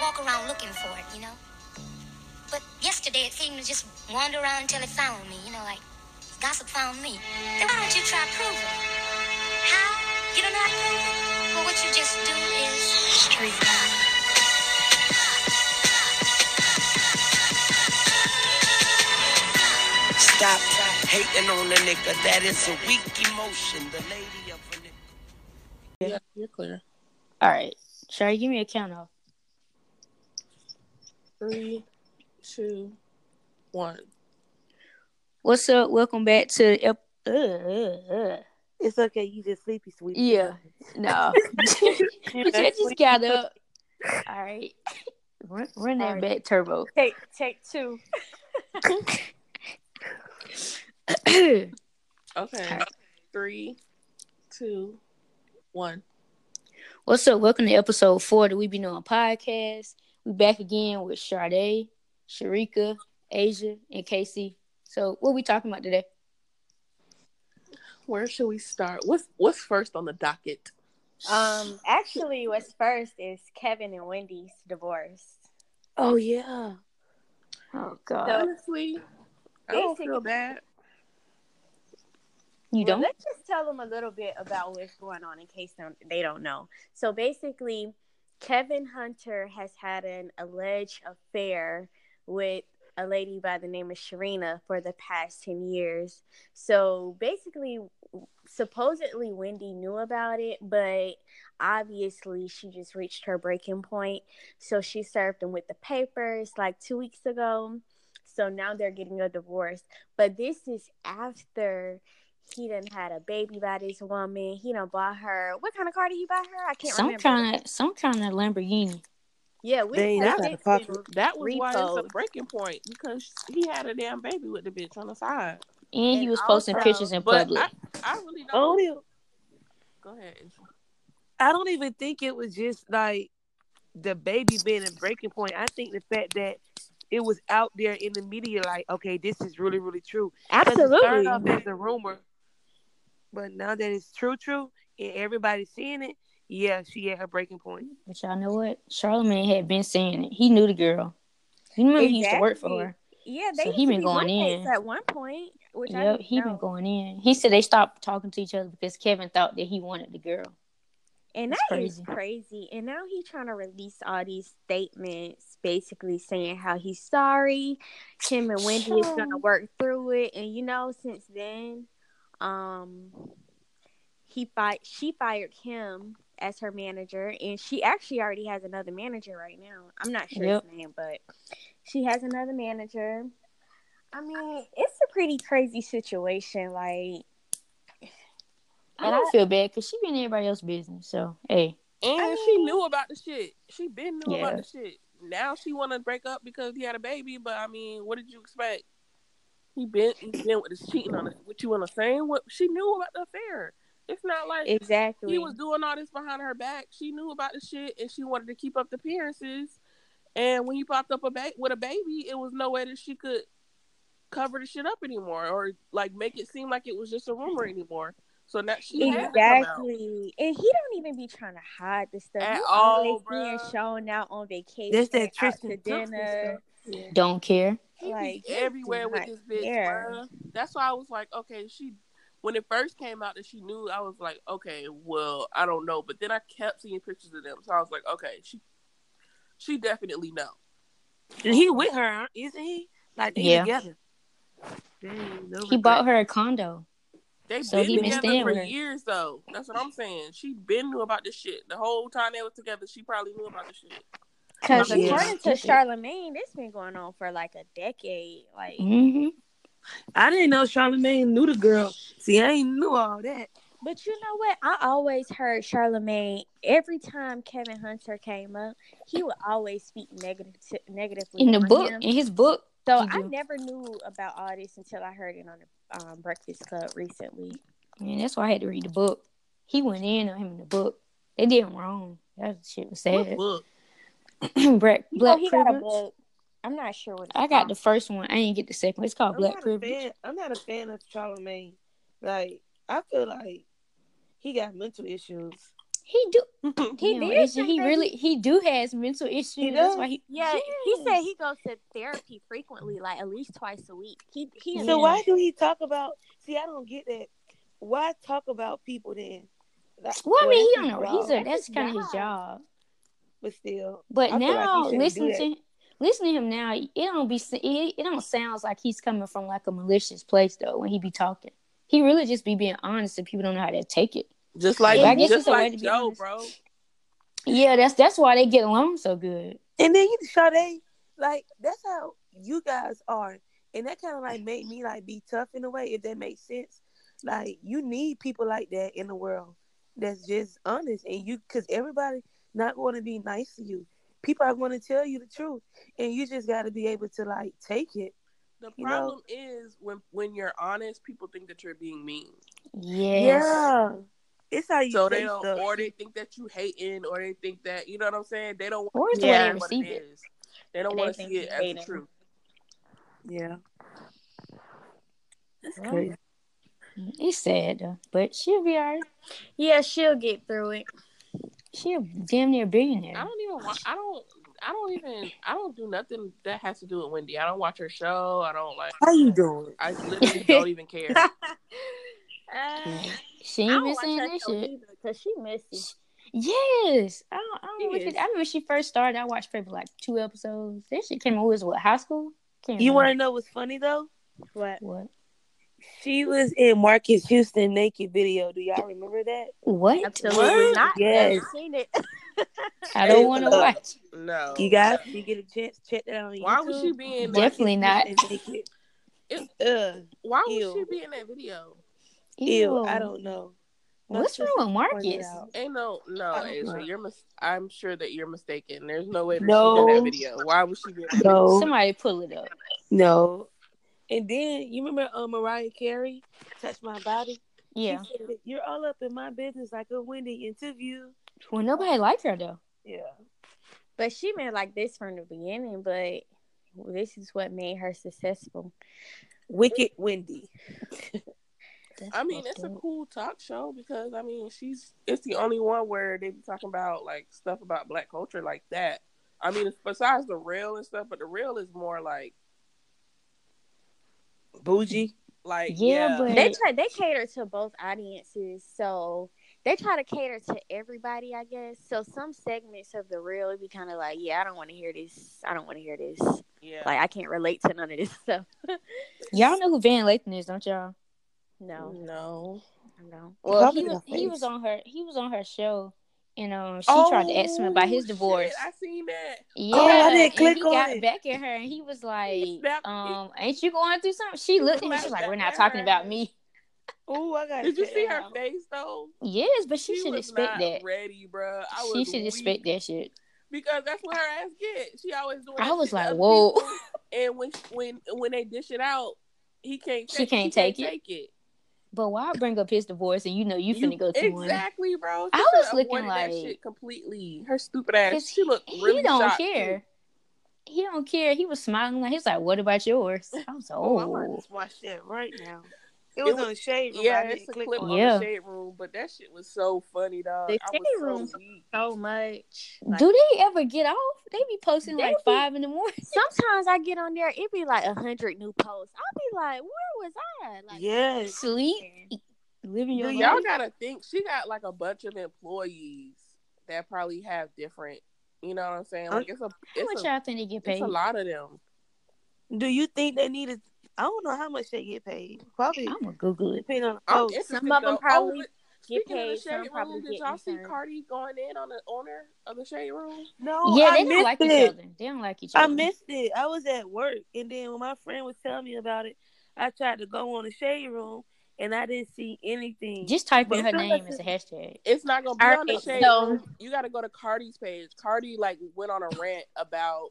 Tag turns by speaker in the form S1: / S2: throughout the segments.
S1: walk around looking for it, you know? But yesterday it seemed to just wander around until it found me, you know, like gossip found me. Then why don't you try proving? it? How? You don't know how to prove it? Well, what you just do is street. Stop hating on the nigga. That is a weak emotion. The lady of a nigga.
S2: Yeah,
S3: Yeah.
S2: you're clear.
S3: All right. Sherry, give me a count off.
S2: Three, two, one.
S3: What's up? Welcome back to the ep- uh, uh, uh.
S4: It's okay. You just sleepy, sweet.
S3: Yeah. No.
S4: You
S3: I
S4: just
S3: just
S4: sleepy.
S3: got up. All right. Run, run that
S4: All right.
S3: back turbo.
S4: Take take two.
S3: All
S2: Okay.
S3: right.
S2: Three, two, one.
S3: What's up? Welcome to episode four of the We Be Knowing podcast. We back again with Sade, Sharika, Asia, and Casey. So, what we talking about today?
S2: Where should we start? What's what's first on the docket?
S4: Um, actually, what's first is Kevin and Wendy's divorce.
S3: Oh yeah. Oh God.
S4: So-
S2: Uh, Honestly, I don't
S4: Basic-
S2: feel bad.
S3: you
S4: Well,
S3: don't?
S4: let's just tell them a little bit about what's going on in case don't, they don't know. So basically, Kevin Hunter has had an alleged affair with a lady by the name of Sharina for the past 10 years. So basically, supposedly Wendy knew about it, but obviously she just reached her breaking point. So she served him with the papers like two weeks ago. So now they're getting a divorce. But this is after he done had a baby by this woman. He done bought her. What kind of car did he buy her? I can't
S3: some
S4: remember.
S3: kind of some kind of Lamborghini.
S4: Yeah, we
S2: Dang,
S4: have
S2: that's
S4: since out of been
S2: That was why it's a
S4: repoed.
S2: breaking point because he had a damn baby with the bitch on the side.
S3: And he
S4: And
S3: was posting
S4: also-
S3: pictures in
S2: But
S3: public.
S2: I, I really
S4: I don't
S2: don't.
S4: even,
S2: Go ahead. Isha.
S4: I don't even think it was just like the baby being a breaking point. I think the fact that it was out there in the media, like, okay, this is really, really true. 'Cause it started off as a rumor, but now that it's true, true, and everybody's seeing it, yeah, she at her breaking point.
S3: But y'all know what? Charlamagne had been saying it. He knew the girl. You remember he used to work for
S4: Exactly.
S3: her.
S4: Yeah,
S3: So
S4: they
S3: he
S4: used to
S3: been
S4: be
S3: going
S4: roommates
S3: in.
S4: at one point, which I
S3: Yep,
S4: didn't
S3: he been
S4: know.
S3: going in. He said they stopped talking to each other because Kevin thought that he wanted the girl.
S4: And
S3: That's
S4: that is
S3: crazy.
S4: crazy. And now he's trying to release all these statements, basically saying how he's sorry. Him and Wendy is gonna work through it. And you know, since then, um, he fired. She fired him as her manager, and she actually already has another manager right now. I'm not sure
S3: Yep.
S4: his name, but she has another manager. I mean, it's a pretty crazy situation. Like,
S3: I don't feel bad because she been everybody else's business. So hey,
S2: And she knew about the shit. She been knew
S3: Yeah.
S2: about the shit. Now she want to break up because he had a baby. But I mean, what did you expect? He been he been with his cheating on it. What you want to say? What she knew about the affair. It's not like
S4: exactly.
S2: he was doing all this behind her back. She knew about the shit, and she wanted to keep up the appearances. And when he popped up a ba- with a baby, it was no way that she could cover the shit up anymore, or like make it seem like it was just a rumor anymore. So now she had to come out.
S4: Exactly. And he don't even be trying to hide this stuff.
S2: At
S4: He
S2: all,
S4: always being
S2: bruh.
S4: shown out on vacation.
S5: That's that
S4: out
S5: Tristan
S4: to
S5: Thompson
S4: dinner.
S2: Yeah.
S3: don't care.
S2: He be
S4: Like, he
S2: everywhere
S4: do
S2: with
S4: not
S2: this bitch.
S4: care.
S2: bruh. That's why I was like, okay, she. When it first came out that she knew, I was like, okay, well, I don't know. But then I kept seeing pictures of them, so I was like, okay, she, she definitely know.
S5: And he with her, isn't he? Like they
S3: Yeah.
S5: together. Dang, no
S3: He
S5: regret.
S3: bought her a condo.
S2: They've
S3: So
S2: been
S3: he been
S2: together
S3: staying
S2: for
S3: with her.
S2: years, though. That's what I'm saying. She been knew about this shit the whole time they was together. She probably knew about this shit.
S4: Because
S5: Yeah.
S4: according to
S3: Stupid.
S4: Charlemagne, this been going on for like a decade. Like
S5: Mm-hmm.
S3: Mhm.
S5: I didn't know Charlamagne knew the girl. See, I ain't knew all that.
S4: But you know what? I always heard Charlemagne every time Kevin Hunter came up, he would always speak negative negatively
S3: In the
S4: on
S3: book,
S4: him.
S3: in his book.
S4: So
S3: he
S4: I
S3: do.
S4: never knew about all this until I heard it on the um, Breakfast Club recently.
S3: Man, that's why I had to read the book. He went in on him in the book. They did him wrong. That shit was
S2: What
S3: sad.
S2: book?
S3: Black,
S4: You
S3: Black
S4: know, he got a
S3: Privilege.
S4: book. I'm not sure what it's
S3: I got
S4: called.
S3: the first one. I didn't get the second one. It's called
S5: I'm
S3: Black
S5: not a
S3: Privilege.
S5: fan. I'm not a fan of Charlamagne. Like I feel like he got mental issues.
S3: He do.
S4: He
S3: Damn,
S4: did
S3: Asia,
S4: say
S3: he
S4: that
S3: really he do has mental issues. That's why he.
S4: Yeah, he said he goes to therapy frequently, like at least twice a week. He he.
S3: Yeah.
S5: So why do he talk about? See, I don't get that. Why talk about people then? That-
S3: Well, I mean, he
S5: that's
S3: don't know.
S5: his
S3: He's
S5: job,
S3: a that's kind of his job.
S5: but still.
S3: But
S5: I feel like he
S3: now
S5: shouldn't
S3: listen
S5: do that.
S3: to listen to him now. It don't be it, it don't sounds like he's coming from like a malicious place though when he be talking. He really just be being honest, and people don't know how to take it.
S2: Just like
S3: Yeah, I guess
S2: just
S3: it's a way
S2: like
S3: to be
S2: Joe,
S3: honest.
S2: bro.
S3: Yeah, that's that's why they get along so good.
S5: And then you, Sade, like that's how you guys are, and that kind of like made me like be tough in a way, if that makes sense. Like you need people like that in the world that's just honest, and you because everybody not going to be nice to you. People are going to tell you the truth, and you just got to be able to like take it.
S2: The
S5: You know-
S2: problem is when when you're honest, people think that you're being mean.
S3: Yes.
S5: Yeah, it's how you
S2: So
S5: say
S2: they don't,
S5: stuff.
S2: or they think that you hating, or they think that you know what I'm saying. They don't
S3: Or
S2: want
S3: it's
S2: to
S4: the way
S2: see
S4: they
S2: what
S3: receive it.
S2: is. They don't
S4: They
S2: want to
S4: think
S2: see it
S4: you
S2: as the
S4: hating.
S2: truth.
S5: yeah, that's
S3: Well,
S5: crazy.
S3: It's sad though, but she'll be alright.
S4: Yeah, she'll get through it.
S3: She a damn near billionaire.
S2: I don't even. Wa- I don't. I don't even. I don't do nothing that has to do with Wendy. I don't watch her show. I don't like.
S5: How you doing?
S2: I literally don't even care.
S4: uh, I
S3: She ain't
S4: don't
S3: been
S4: watch
S3: saying
S4: her
S3: that
S4: show
S3: shit.
S4: either because she messy.
S3: Yes, I don't. I, don't
S2: Yes.
S3: yes. I remember when she first started. I watched probably like two episodes. This shit came out was what high school. Can't
S5: You want to
S3: remember.
S5: know what's funny though?
S4: What?
S3: what?
S5: She was in Marcus Houston naked video. Do y'all remember that?
S3: What?
S4: Absolutely
S5: What?
S4: not.
S5: Yes.
S4: Never seen it.
S3: I don't
S5: Hey,
S3: want to
S5: look.
S3: watch.
S2: No.
S5: You guys, you get a chance, check that out on
S2: Why
S5: YouTube.
S2: was she being?
S3: Def- Definitely not.
S5: Marcus Houston naked. Ugh,
S2: why would
S5: Ew.
S2: she be in that video?
S5: ew, I don't know. My
S3: What's wrong
S5: sister
S3: with
S5: pointed
S3: Marcus?
S5: out.
S2: Ain't no, no,
S5: I don't know.
S2: Asia. You're mis- I'm sure that you're mistaken. There's no way that she's in
S5: No.
S2: that video. Why would she be in that video?
S5: No,
S3: Somebody pull it up.
S5: no. And then you remember uh, Mariah Carey, "Touch My Body." She
S3: Yeah.
S5: said that, You're all up in my business like a Wendy interview.
S3: Well, nobody liked her though.
S5: Yeah,
S4: But she been like this from the beginning. But this is what made her successful.
S5: Wicked Wendy.
S3: That's
S2: I mean,
S3: fucked
S2: it's a
S3: up.
S2: cool talk show because I mean, she's it's the only one where they be talking about like stuff about black culture like that. I mean, it's besides the real and stuff, but the real is more like
S5: Bougie.
S2: like
S3: Yeah, but-
S4: They
S3: Right.
S4: try. They cater to both audiences, so they try to cater to everybody, I guess. So some segments of the real would be kind of like, yeah, I don't want to hear this. I don't want to hear this.
S2: yeah.
S4: Like I can't relate to none of this stuff.
S3: Y'all know who Van Lathan is, don't y'all?
S4: No,
S2: no.
S4: no.
S3: Well,
S5: Probably
S3: he, was-
S5: my
S3: he
S5: face.
S3: was on her. He was on her show, and um, she tried to ask him
S5: Oh,
S3: about his
S2: Oh, shit,
S3: divorce.
S2: I seen that.
S3: Yeah,
S5: didn't
S3: and
S5: click
S3: he
S5: on
S3: got
S5: it.
S3: back at her, and he was like,
S2: snapped-
S3: "Um, ain't you going through something?" She looked at him. She was like, "We're not talking about me."
S5: Oh, I got.
S2: Did you see her face though?
S3: Yes, but she, should
S2: was
S3: expect
S2: not
S3: that.
S2: Ready, bro. I
S3: She
S2: was
S3: should
S2: weak
S3: expect that shit.
S2: because that's what her ass get. She always doing.
S3: I
S2: that
S3: was
S2: shit to
S3: like,
S2: other
S3: "Whoa."
S2: people. And when when when they dish it out, he can't.
S3: She
S2: Take,
S3: can't take it.
S2: Take it.
S3: But why bring up his divorce and you know you finna go to one?
S2: exactly, bro. She
S3: I
S2: should've
S3: was looking
S2: avoided that
S3: like-
S2: shit completely. Her stupid ass.
S3: 'Cause
S2: She looked really
S3: he don't
S2: shocked,
S3: care.
S2: too.
S3: He don't care. He was smiling like he's like, "What about yours?" I was like,
S5: Oh, I'm about
S3: "Oh,
S5: to watch that right now. It
S2: It
S5: was
S2: was-
S5: on Shade Room.
S2: Yeah,
S5: I
S2: it's
S5: didn't
S2: a
S5: click
S2: clip
S5: on
S2: on
S5: it.
S3: Yeah.
S2: the shade room, but that shit was so funny, dog.
S4: The
S2: I
S4: shade
S2: was so
S4: room-
S2: weak.
S4: So much. Like,
S3: do they ever get off? They be posting
S4: They
S3: like
S4: be-
S3: five in the morning."
S4: sometimes I get on there, it be like a hundred new posts. I'll be like, where was I? Like,
S5: Yes.
S3: Sleep, living your
S2: Dude,
S3: life.
S2: y'all gotta think she got like a bunch of employees that probably have different. You know what I'm saying? Like it's a
S3: How much
S2: it's a,
S3: y'all think they get paid?
S2: it's a lot of them.
S5: Do you think they needed? I don't know how much they get paid. Probably
S3: I'm gonna Google it.
S5: depending on the
S2: I'm
S5: post.
S2: interested,
S4: some of 'em
S2: though. Oh,
S4: probably
S2: but
S4: get
S2: speaking of
S4: paid.
S2: the shade
S4: Some probably
S2: room, did
S4: get
S2: y'all see
S4: returned.
S2: Cardi going in on the owner of the shade room?
S5: No,
S3: yeah,
S5: I
S3: they don't
S5: missed
S3: like each
S5: it.
S3: other. They don't like each other.
S5: I missed it. I was at work, and then when my friend was telling me about it, I tried to go on the Shade Room, and I didn't see anything.
S3: Just type
S5: But
S3: in her
S5: some
S3: name
S5: of
S3: as a
S5: the-
S3: hashtag.
S2: It's not gonna be
S4: All
S2: on the
S4: right,
S2: shade
S4: so-
S2: room. You gotta go to Cardi's page. Cardi like went on a rant about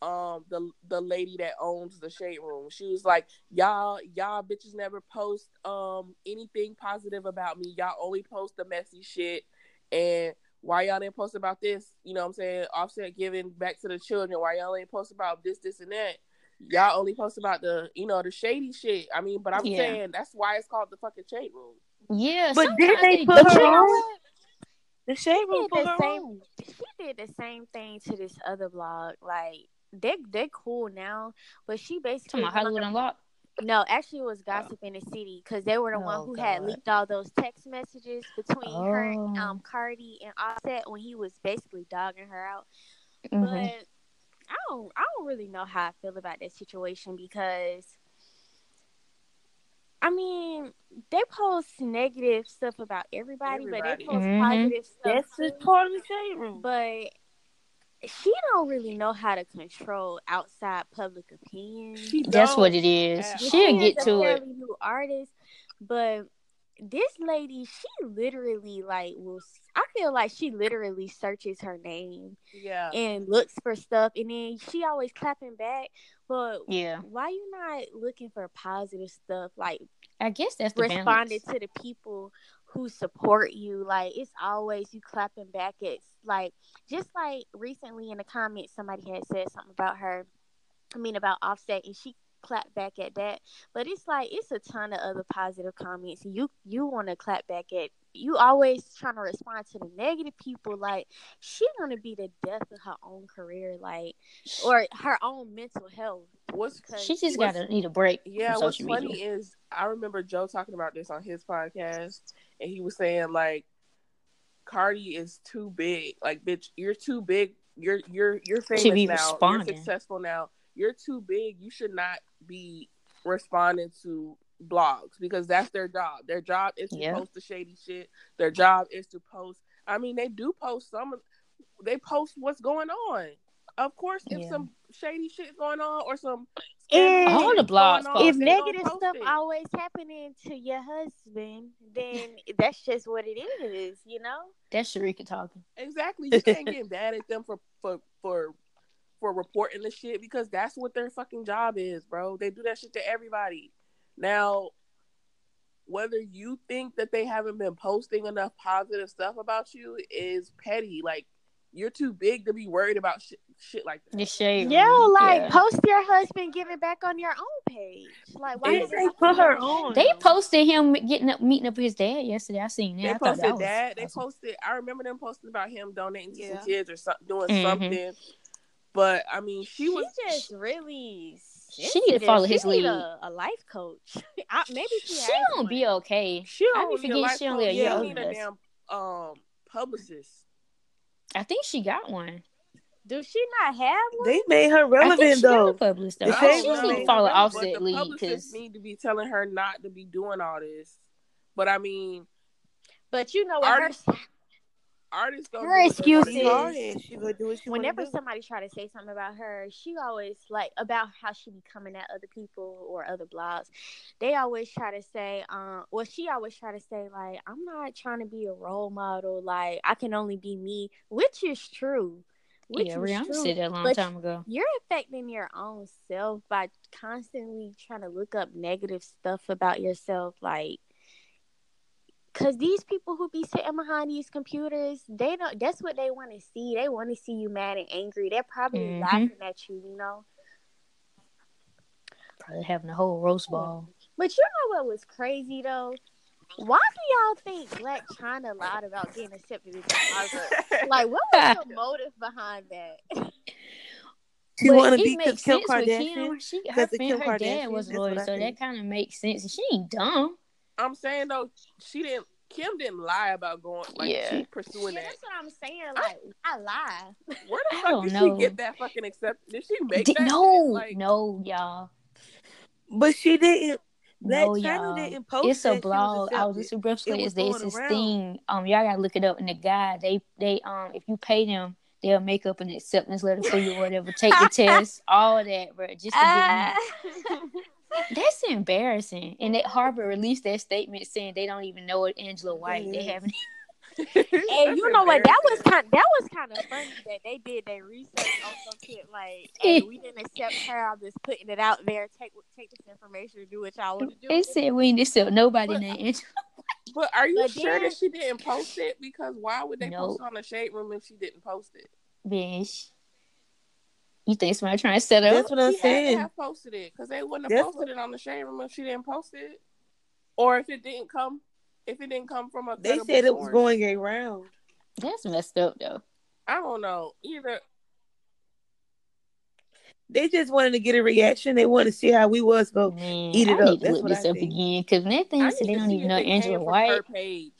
S2: um the the lady that owns the shade room. She was like, Y'all y'all bitches never post um anything positive about me. Y'all only post the messy shit and why y'all didn't post about this, you know what I'm saying? Offset giving back to the children, why y'all ain't post about this, this and that. Y'all only post about the you know the shady shit. I mean, but I'm
S3: Yeah.
S2: saying that's why it's called the fucking shade room.
S3: Yeah,
S5: But
S3: sometimes
S5: did they
S3: they
S5: put
S3: do.
S5: her on? The shade room
S4: did
S5: for
S4: the
S5: her
S4: same-
S5: own.
S4: she did the same thing to this other blog. Like they they cool now, but she basically
S3: Talking about Hollywood Unlocked.
S4: no, actually it was gossip in the city because they were the one
S3: Oh,
S4: who had
S3: God.
S4: leaked all those text messages between her
S3: Oh.
S4: um Cardi and Offset when he was basically dogging her out.
S3: Mhm.
S4: But I don't I don't really know how I feel about that situation because I mean they post negative stuff about everybody, but
S2: Everybody.
S4: they post
S3: Mhm.
S4: positive stuff.
S5: That's
S4: too.
S5: just part of the shade room.
S4: but she don't really know how to control outside public opinion.
S2: She
S3: That's
S2: don't.
S3: what it is.
S2: at
S3: She'll
S2: all.
S4: She is
S3: get
S4: a
S3: to it.
S4: fairly E new artist, but this lady, she literally like will. I feel like she literally searches her name
S2: Yeah.
S4: and looks for stuff, and then she always clapping back. But
S3: Yeah,
S4: why you not looking for positive stuff? Like
S3: I guess that's the
S4: responded
S3: balance.
S4: to the people who support you. Like it's always you clapping back. It's like just like recently in the comments, somebody had said something about her. I mean about Offset, and she clapped back at that. But it's like it's a ton of other positive comments. You you want to clap back at. You always trying to respond to the negative people. Like she gonna be the death of her own career, like or her own mental health.
S2: What's
S4: Because
S3: She just
S2: What's-
S3: gotta need a break
S2: Yeah,
S3: from
S2: what's
S3: social media.
S2: funny is I remember Joe talking about this on his podcast, and he was saying like, Cardi is too big. Like, bitch, you're too big. You're you're you're famous
S3: be
S2: now.
S3: responding.
S2: You're successful now. You're too big. You should not be responding to blogs because that's their job. Their job is to
S3: Yeah.
S2: post the shady shit. Their job is to post. I mean, they do post some. of- They post what's going on. Of course, if
S3: Yeah.
S2: some shady shit going on or some
S4: And-
S3: All the blogs
S2: going on,
S3: post
S4: if
S3: it.
S2: they gonna
S4: negative
S2: post
S4: stuff
S2: it.
S4: always happening to your husband, then that's just what it is, you know.
S3: That's Sharika talking.
S2: Exactly. You can't get mad at them for for for for reporting the shit because that's what their fucking job is, bro. They do that shit to everybody. Now, whether you think that they haven't been posting enough positive stuff about you is petty. Like you're too big to be worried about shit, shit like that.
S3: The shade.
S4: Yo,
S3: room.
S4: like
S3: Yeah.
S4: post your husband giving back on your own page. Like, why
S5: Why
S4: is
S5: did
S4: it?
S5: they put her on?
S3: They posted him getting up, meeting up with his dad yesterday. I seen that.
S2: They
S3: I thought
S2: posted
S3: that
S2: that.
S3: was
S2: They
S3: awesome.
S2: posted. I remember them posting about him donating to
S5: Yeah.
S2: some kids or some, doing
S3: Mhm.
S2: something. But I mean, she
S4: She
S2: was.
S4: just really.
S3: She need to
S4: sensitive.
S3: follow
S4: She
S3: his
S4: need
S3: lead.
S4: A, a life coach. I, maybe she,
S3: She
S4: has
S3: gonna be
S4: one.
S3: okay.
S2: She
S3: I
S2: don't need
S3: be
S2: a
S3: forgetting
S2: life
S3: she only
S2: coach.
S3: a
S2: She
S3: year
S5: Yeah.
S2: don't
S3: older
S2: need
S3: than
S2: a
S3: us.
S2: damn um publicist.
S3: I think she got one.
S4: Do she not have one?
S5: They made her
S3: I think
S5: relevant
S3: she got a
S5: though.
S3: publicist though.
S5: The
S3: I
S5: shade
S3: think she
S5: room
S3: need
S5: ain't
S3: to follow
S2: irrelevant, but
S3: Offset
S2: the
S3: lead
S2: publicists
S3: because
S2: need to be telling her not to be doing all this. But I mean,
S4: But you know what? Her,
S2: Artist- artists go.
S4: Her
S5: She
S4: excuses.
S5: hard and she gonna do what she
S4: whenever
S5: wants to do.
S4: somebody try to say something about her, she always like about how she be coming at other people or other blogs. They always try to say, um, well, she always try to say like, I'm not trying to be a role model. Like I can only be me, which is true. Which is
S3: yeah, Rihanna
S4: true.
S3: said that a long
S4: But-
S3: time ago.
S4: You're affecting your own self by constantly trying to look up negative stuff about yourself, like. Cause these people who be sitting behind these computers, they don't. That's what they want to see. They want to see you mad and angry. They're probably
S3: Mhm.
S4: laughing at you, you know.
S3: Probably having a whole
S2: Hmm.
S3: roast ball.
S4: But you know what was crazy though? Why do y'all think Black China lied about getting accepted into Harvard? like, what was the motive behind that?
S5: She
S3: But
S5: want to
S3: it
S5: be
S3: makes
S5: Kim
S3: sense with
S5: Kardashian.
S3: Kim. She, her
S5: 'Cause of
S3: friend,
S5: Kim
S3: her dad
S5: Kardashian,
S3: was a
S5: that's what
S3: lawyer,
S5: I
S3: so that
S5: think.
S3: kind of makes sense. And she ain't dumb.
S2: I'm saying though, she didn't. Kim didn't lie about going. Like
S3: Yeah.
S2: she
S4: yeah,
S2: pursuing that.
S4: that's what I'm saying. Like, I lie.
S2: Where the
S3: I
S2: fuck
S3: don't
S2: did
S3: know.
S2: she get that fucking accept? Did she make
S3: Did-
S2: that?
S3: no,
S2: shit? Like,
S3: no, y'all,
S5: But she didn't. Black
S3: no,
S5: China
S3: y'all.
S5: didn't post
S3: it's a
S5: that she was
S3: blog. I was
S5: accepted.
S3: listening briefly.
S5: It
S3: It's
S5: was
S3: this
S5: going
S3: this
S5: around.
S3: thing. Um, y'all gotta look it up. And the guy, they they um, if you pay them, they'll make up an acceptance letter for you or whatever. Take the test, all that, bro. Just to get
S5: Ah.
S3: in. That's embarrassing. And that Harvard released that statement saying they don't even know it. Angela White. They
S5: is.
S3: haven't.
S4: and you know what? That was kind. That was kind of funny that they did their research on some shit. Like, hey, we didn't accept her. I'm just putting it out there. Take take this information and do what y'all want to do.
S3: They said we ain't accept nobody
S2: But-
S3: named Angela.
S2: But are you
S4: But
S2: sure
S4: then-
S2: that she didn't post it? Because why would they
S3: No.
S2: post it on the shade room if she didn't post it?
S3: Bitch, you think somebody trying to set up?
S5: That's what I'm
S2: She had to
S5: saying.
S2: have posted it because they wouldn't have
S5: That's
S2: posted it on the shade room if she didn't post it, or if it didn't come, if it didn't come from a.
S5: They
S2: credible
S5: said it was
S2: source.
S5: going around.
S3: That's messed up though.
S2: I don't know either.
S5: They just wanted to get a reaction. They wanted to see how we was go.
S3: Oh, Man,
S5: Eat it
S3: I
S5: up.
S3: need to
S5: That's
S3: look
S5: what
S3: this
S5: I
S3: up
S5: think.
S3: again because that
S2: I
S3: thing said
S2: need
S3: they
S2: to
S3: don't
S2: see
S3: even
S2: if
S3: know
S2: they came
S3: Angela
S2: from
S3: White.
S2: Her page.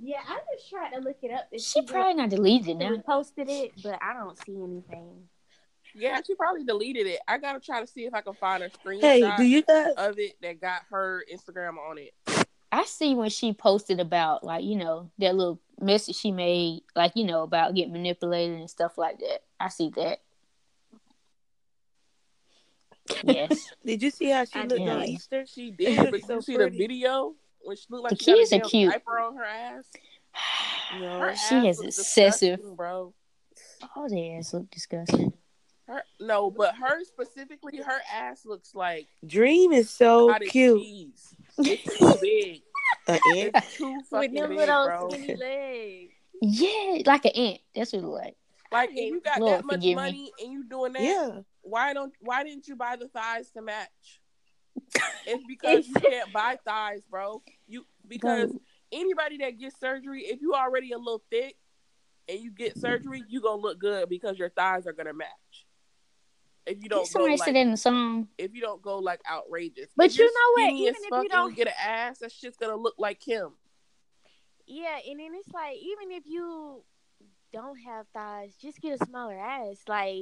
S4: Yeah, I just tried to look it up. to
S3: She
S4: see
S3: probably not deleted it
S4: if we
S3: now.
S4: posted it, but I don't see anything.
S2: Yeah, she probably deleted it. I gotta try to see if I can find a screenshot
S5: Hey, do you guys?
S2: of it that got her Instagram on it.
S3: I see when she posted about like you know that little message she made, like you know about getting manipulated and stuff like that. I see that. Yes,
S5: Did you see how she
S4: I
S5: looked
S3: know.
S5: on Easter?
S2: She did, but
S5: So
S2: you see
S5: pretty.
S2: the video when she looked like
S3: The
S2: she
S3: kids
S2: had a
S3: are
S2: damn
S3: cute. Oh,
S2: diaper on her ass. Her
S5: No,
S2: ass
S3: she is
S2: was
S3: excessive.
S2: disgusting, bro.
S3: All their ass look disgusting.
S2: Her no, but her specifically, her ass looks like
S5: Dream is so
S2: cottage
S5: cute.
S2: cheese. It's too big.
S5: An ant?
S2: It's too fucking
S4: With them
S2: big,
S4: little
S2: bro.
S4: skinny legs.
S3: Yeah, like an ant. That's what it look like.
S2: Like if you got
S3: Lord,
S2: that much
S3: forgive me.
S2: money and you doing that,
S5: Yeah.
S2: why don't why didn't you buy the thighs to match? It's because you can't buy thighs, bro. You because
S3: Bro.
S2: anybody that gets surgery, if you already a little thick and you get surgery, you gonna look good because your thighs are gonna match. If you don't go
S3: Somebody said
S2: like
S3: that in the song.
S2: if you don't go like outrageous,
S4: But
S2: If
S4: you
S2: you're
S4: know what?
S2: skinny as
S4: Even if you
S2: fuck and
S4: don't-
S2: get an ass, that shit's gonna look like Kim.
S4: Yeah, and then it's like even if you don't have thighs, just get a smaller ass. Like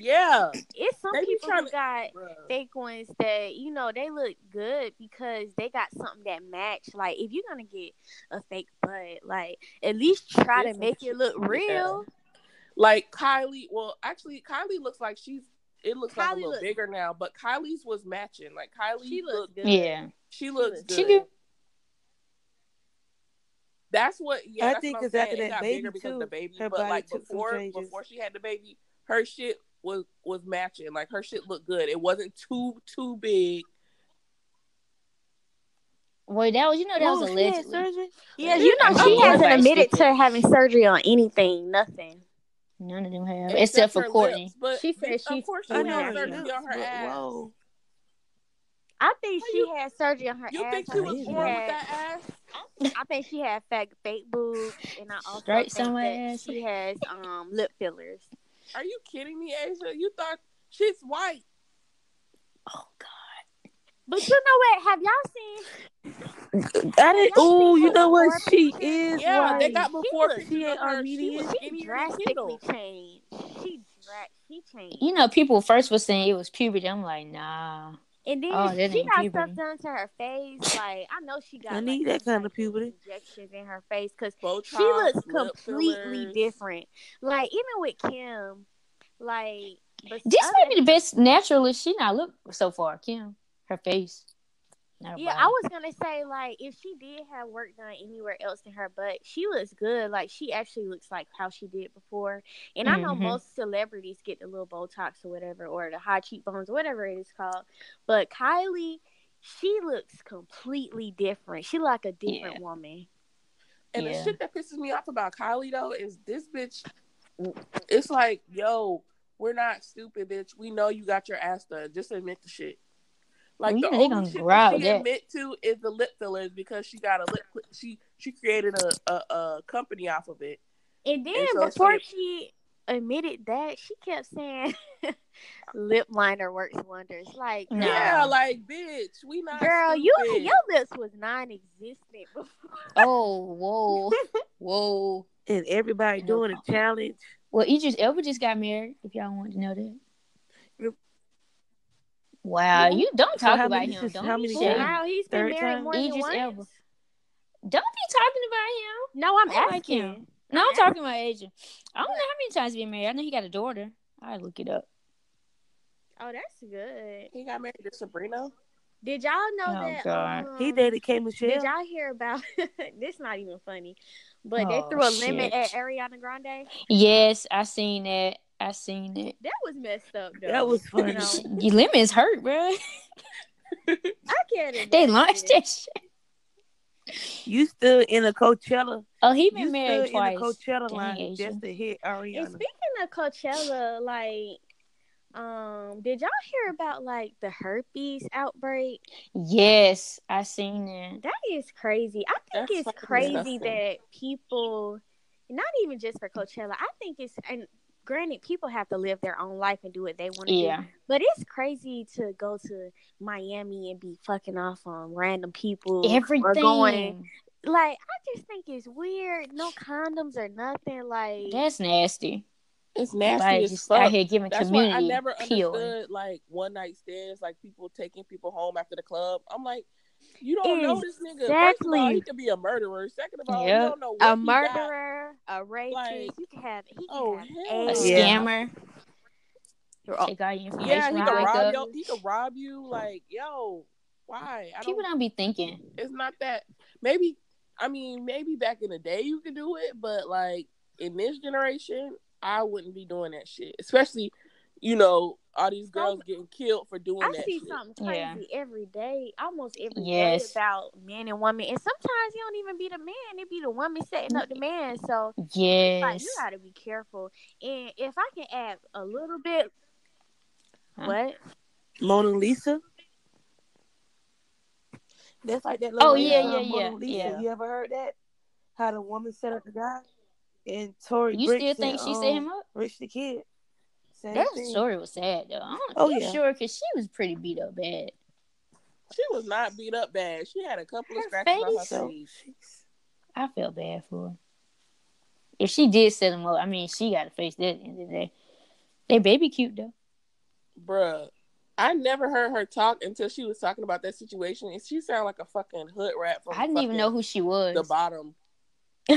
S2: Yeah,
S4: it's some
S2: They be
S4: people who
S2: tryna-
S4: got
S2: bruh.
S4: fake ones that you know they look good because they got something that match. Like if you're gonna get a fake butt, like at least try
S2: Get
S4: to
S2: some
S4: make it look
S2: shit.
S4: real.
S2: like Kylie. Well, actually, Kylie looks like she's. It looks like a
S4: Kylie
S2: little
S4: look-
S2: bigger now, but Kylie's was matching. Like Kylie,
S4: She looks
S2: looked,
S4: good.
S3: Yeah,
S2: she looks
S4: looks
S2: good.
S3: she do.
S2: That's what. Yeah,
S5: I
S2: that's
S5: think
S2: what I'm
S5: 'cause after
S2: saying. It
S5: that
S2: got
S5: baby
S2: bigger because
S5: too,
S2: the baby.
S5: her
S2: But
S5: body
S2: like
S5: took some
S2: before,
S5: changes.
S2: before she had the baby, her shit was was matching. Like her shit looked good. It wasn't too too big.
S3: Well, that was you know that
S5: Oh,
S3: was
S5: she had
S3: allegedly.
S5: surgery?
S4: Yeah, you know
S3: Yeah,
S4: she
S3: she
S4: hasn't
S3: everybody's
S4: admitted
S3: stupid.
S4: to having surgery on anything, nothing.
S3: None of them have, except, for
S2: her
S3: Courtney.
S2: lips, but
S4: She said
S2: bitch,
S4: she
S2: of course she
S5: I
S4: still
S5: know
S2: had
S5: her
S4: has
S2: surgery
S5: lips,
S2: on her
S5: but
S2: ass.
S5: whoa.
S4: I think
S2: How
S4: she
S2: you-
S4: had surgery on her
S2: You
S4: ass.
S2: think
S4: I
S2: she
S5: Oh,
S2: was
S5: yeah.
S4: she
S2: born
S4: had-
S2: with that ass?
S4: I think she had fake, fake boobs, and I also think
S3: Straight somewhere
S4: that
S3: else.
S4: she has um lip fillers.
S2: Are you kidding me, Asia? You thought she's white?
S3: Oh God.
S4: But you know what? Have y'all seen?
S5: I didn't.
S4: Y'all seen
S5: Oh, you
S4: her
S5: know what?
S4: before
S5: She
S4: picture?
S5: is
S2: yeah, they
S5: white.
S2: got before
S4: looked-
S2: pictures
S5: she
S2: of
S5: ain't
S2: her. She was
S5: Armenian.
S2: skinnier
S4: She
S2: than
S4: drastically
S2: Kendall.
S4: changed. She dra- she changed.
S3: You know, people first were saying it was puberty. I'm like, nah.
S4: And then
S3: Oh, that
S4: she
S3: ain't
S4: got
S3: puberty.
S4: stuff done to her face. Like I know she got.
S5: I
S4: like,
S5: need that
S4: some
S5: kind of
S4: type
S5: puberty.
S4: Injections in her face because
S2: Botox,
S4: she looks
S2: lip
S4: completely
S2: fillers.
S4: different. Like even with Kim, like bes-
S3: This
S4: other-
S3: might be the best naturalist she not look so far. Kim, her face. Not her
S4: Yeah, I
S3: body.
S4: was gonna say like if she did have work done anywhere else in her butt, she looks good. Like she actually looks like how she did before. And I know
S2: Mm-hmm.
S3: Mhm.
S4: most celebrities get the little Botox or whatever, or the high cheekbones, whatever it is called. But Kylie, she looks completely different. She like a different woman.
S2: And
S3: Yeah.
S2: the shit that pisses me off about Kylie though is this bitch. It's like, yo, we're not stupid, bitch. We know you got your ass done. Just admit the shit. Like
S3: Well, you
S2: the
S3: know they
S2: only
S3: gonna
S2: shit that
S3: growl
S2: she
S3: that.
S2: admit to is the lip fillers because she got a lip. She she created a a, a company off of it.
S4: And then
S2: And so it's
S4: before
S2: like-
S4: she admitted that, she kept saying lip liner works wonders. Like
S3: Nah.
S2: Yeah, like bitch, we not.
S4: girl, you
S2: stupid.
S4: your lips was non existent before.
S3: Oh, whoa, whoa.
S5: And everybody
S3: No
S5: doing a challenge.
S3: Well, Idris Elba just got married. If y'all want to know that.
S5: Yep.
S3: Wow,
S5: Yeah.
S3: you don't
S5: So
S3: talk
S5: how
S3: about
S5: many-
S3: him.
S5: this is
S3: don't
S5: how
S3: be
S5: many
S3: fooling.
S5: times?
S4: Wow, he's been
S5: Third
S4: married
S5: time?
S4: more than
S3: Idris
S4: once.
S3: Elba. Don't be talking about
S4: No, I'm
S3: I
S5: Oh
S3: like
S4: asking.
S3: him. him. No, I'm talking about Adrian. I don't know how many times he been married. I know he got a daughter. I look it up.
S4: Oh, that's good.
S2: He got married to Sabrina.
S4: Did y'all know
S3: Oh,
S4: that?
S3: God.
S4: um,
S5: He
S2: Mm-hmm.
S5: dated K Michelle.
S4: Did y'all hear about? this not even funny, but they
S3: Oh,
S4: threw a lemon
S3: shit.
S4: at Ariana Grande.
S3: Yes, I seen that. I seen it.
S4: That was messed up. Though.
S5: That was funny.
S4: You know,
S3: Your lemons hurt, bro.
S4: I can't.
S3: They
S4: imagine.
S3: launched that shit.
S5: You stood in a Coachella.
S3: Oh, he been
S5: You
S3: married
S5: stood in a
S3: twice.
S5: Coachella
S3: Dang,
S5: line
S3: Asia.
S5: just to hit
S4: And
S5: Ariana.
S4: speaking of Coachella, like, um, did y'all hear about like the herpes outbreak?
S3: Yes, I seen that.
S4: That is crazy. I think
S2: That's
S4: it's
S2: fucking
S4: crazy
S2: disgusting.
S4: that people not even just for Coachella. I think it's and granted, people have to live their own life and do what they want to do.
S3: Yeah.
S4: But it's crazy to go to Miami and be fucking off on random people or
S3: Everything.
S4: going like I just think it's weird. No condoms or nothing. Like
S3: That's nasty.
S2: It's nasty
S3: Like
S2: as
S3: just
S2: fuck.
S3: out here giving
S2: That's why
S3: community
S2: I never
S3: peeling.
S2: understood like one night stands, like people taking people home after the club. I'm like, you don't know this nigga. First of all,
S4: Exactly.
S2: he could be a murderer. Second of all, you
S3: Yep.
S2: don't know what
S4: a
S2: he got.
S4: murderer, a rapist.
S2: Like,
S4: you can have. He can
S2: oh,
S4: have
S2: hell
S3: a
S2: no.
S4: AIDS.
S5: Yeah.
S3: scammer. Take all your information.
S2: Yeah, he
S3: when
S2: could
S3: I wake
S2: rob
S3: up.
S2: yo. He could rob you. Like, yo, why? I
S3: People
S2: don't.
S3: don't be thinking.
S2: It's not that. Maybe. I mean, maybe back in the day you could do it, but like in this generation, I wouldn't be doing that shit. Especially, you know, all these girls getting killed for doing
S4: I
S2: that.
S4: see
S2: shit.
S4: something
S3: Yeah.
S4: crazy every day, almost every day
S3: Yes.
S4: about men and women. And sometimes you don't even be the man; it be the woman setting up the man. So like,
S3: Mm. Yes.
S4: you gotta be careful. And if I can add a little bit,
S3: Huh?
S4: what?
S5: Mona Lisa. That's like that.
S3: Oh,
S5: Little
S3: yeah,
S5: song,
S3: yeah,
S5: Mona
S3: yeah,
S5: Lisa.
S3: yeah.
S5: You ever heard that? How the woman set up the guy, and Tori.
S3: You
S5: Bricks
S3: still think
S5: and,
S3: she set
S5: um,
S3: him up?
S5: Rich the kid. Same
S3: That
S5: thing.
S3: story was sad though. I don't,
S5: Oh,
S3: oh, am
S5: yeah.
S3: sure because she was pretty beat up bad.
S2: She was not beat up bad. She had a couple of
S3: Her
S2: scratches on her
S3: face.
S5: So,
S2: face.
S3: I felt bad for her. If she did set him up, I mean, she got to face that at the end of the day. They baby cute though.
S2: Bruh. I never heard her talk until she was talking about that situation, and she sounded like a fucking hood rat from
S3: I didn't even know
S2: fucking
S3: who she was.
S2: Oh, the bottom.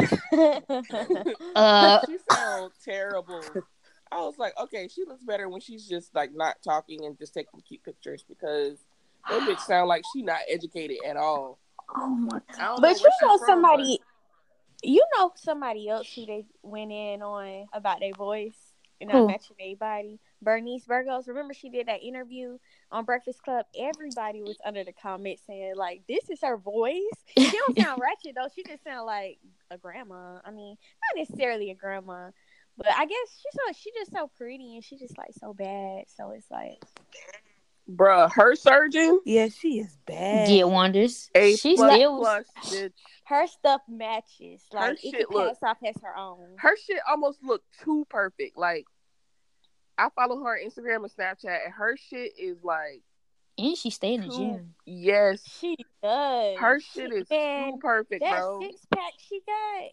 S3: uh,
S2: she sounds terrible. I was like, okay, she looks better when she's just like not talking and just taking cute pictures because that bitch sound like she not educated at all.
S3: oh my
S2: I don't
S4: But you
S2: where she
S4: know
S2: from,
S4: somebody, you know somebody else who they went in on about their voice and
S3: Who?
S4: not matching their body. Bernice Burgos. Remember she did that interview on Breakfast Club. Everybody was under the comments saying like, "This is her voice." She don't sound ratchet though. She just sound like a grandma. I mean, not necessarily a grandma, but I guess she's so she just so pretty and she just like so bad. So it's like
S2: but- Bruh, her surgeon,
S5: yeah, she is bad.
S3: did wonders.
S2: a
S3: she
S2: plus
S3: still was.
S2: plus, bitch.
S4: her stuff matches. Like it
S2: shit
S4: could
S2: look-
S4: pass off as her own.
S2: her shit almost looked too perfect. Like I follow her on Instagram and Snapchat, and her shit is like
S3: And she stayed in the
S2: too.
S3: gym.
S2: Yes,
S4: She does.
S2: her
S4: She-
S2: shit is
S4: man,
S2: too perfect,
S4: that
S2: bro.
S4: six pack she got.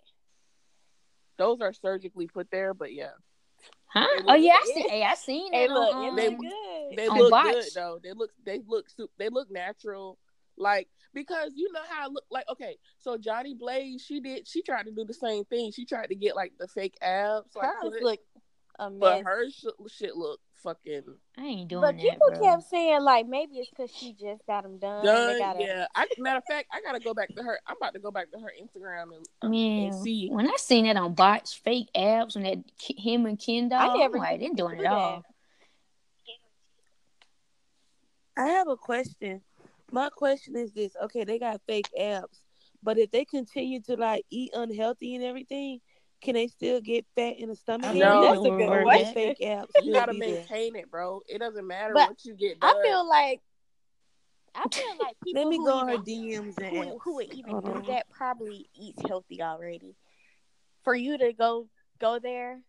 S2: Those are surgically put there, but yeah,
S3: Huh?
S2: It
S3: Oh yeah, I
S4: was-
S3: seen. Hey, I seen
S4: Hey,
S3: that.
S4: look,
S3: on, um,
S4: it
S2: they-
S4: look good.
S2: they
S3: On
S2: look
S3: Botch.
S2: good though. They look they look su- they look natural. Like because you know how I look like okay, so Johnny Blaze, she did she tried to do the same thing. She tried to get like the fake abs, like
S4: Hers
S2: put it-
S4: look a mess.
S2: but her sh- shit look fucking
S3: I ain't doing
S4: But
S3: that,
S4: people
S3: bro.
S4: kept saying like maybe it's because she just got them done.
S2: done.
S4: Oh, They got
S2: yeah, I matter of fact, I gotta go back to her. I'm about to go back to her Instagram and, um,
S3: Man,
S2: and see.
S3: when I seen that on Botch, fake abs, when that K- him and Ken
S4: I
S3: dog, I
S4: never
S3: am like,
S4: knew
S3: they doing
S4: do
S3: it all.
S5: I have a question. My question is this: Okay, they got fake abs, but if they continue to like eat unhealthy and everything, can they still get fat in the stomach?
S3: I
S5: area?
S2: know.
S4: That's a
S5: Or
S4: good
S5: will
S4: question.
S5: Fake abs.
S2: You
S5: still
S2: gotta
S5: be there?
S2: maintain it, bro. It doesn't matter
S4: But
S2: what you get done.
S4: I feel like I feel like people
S5: Let me
S4: who
S5: go on her
S4: even,
S5: DMs and
S4: who,
S5: ask.
S4: who would even
S5: Hold
S4: do
S5: on.
S4: that probably eats healthy already. For you to go go there,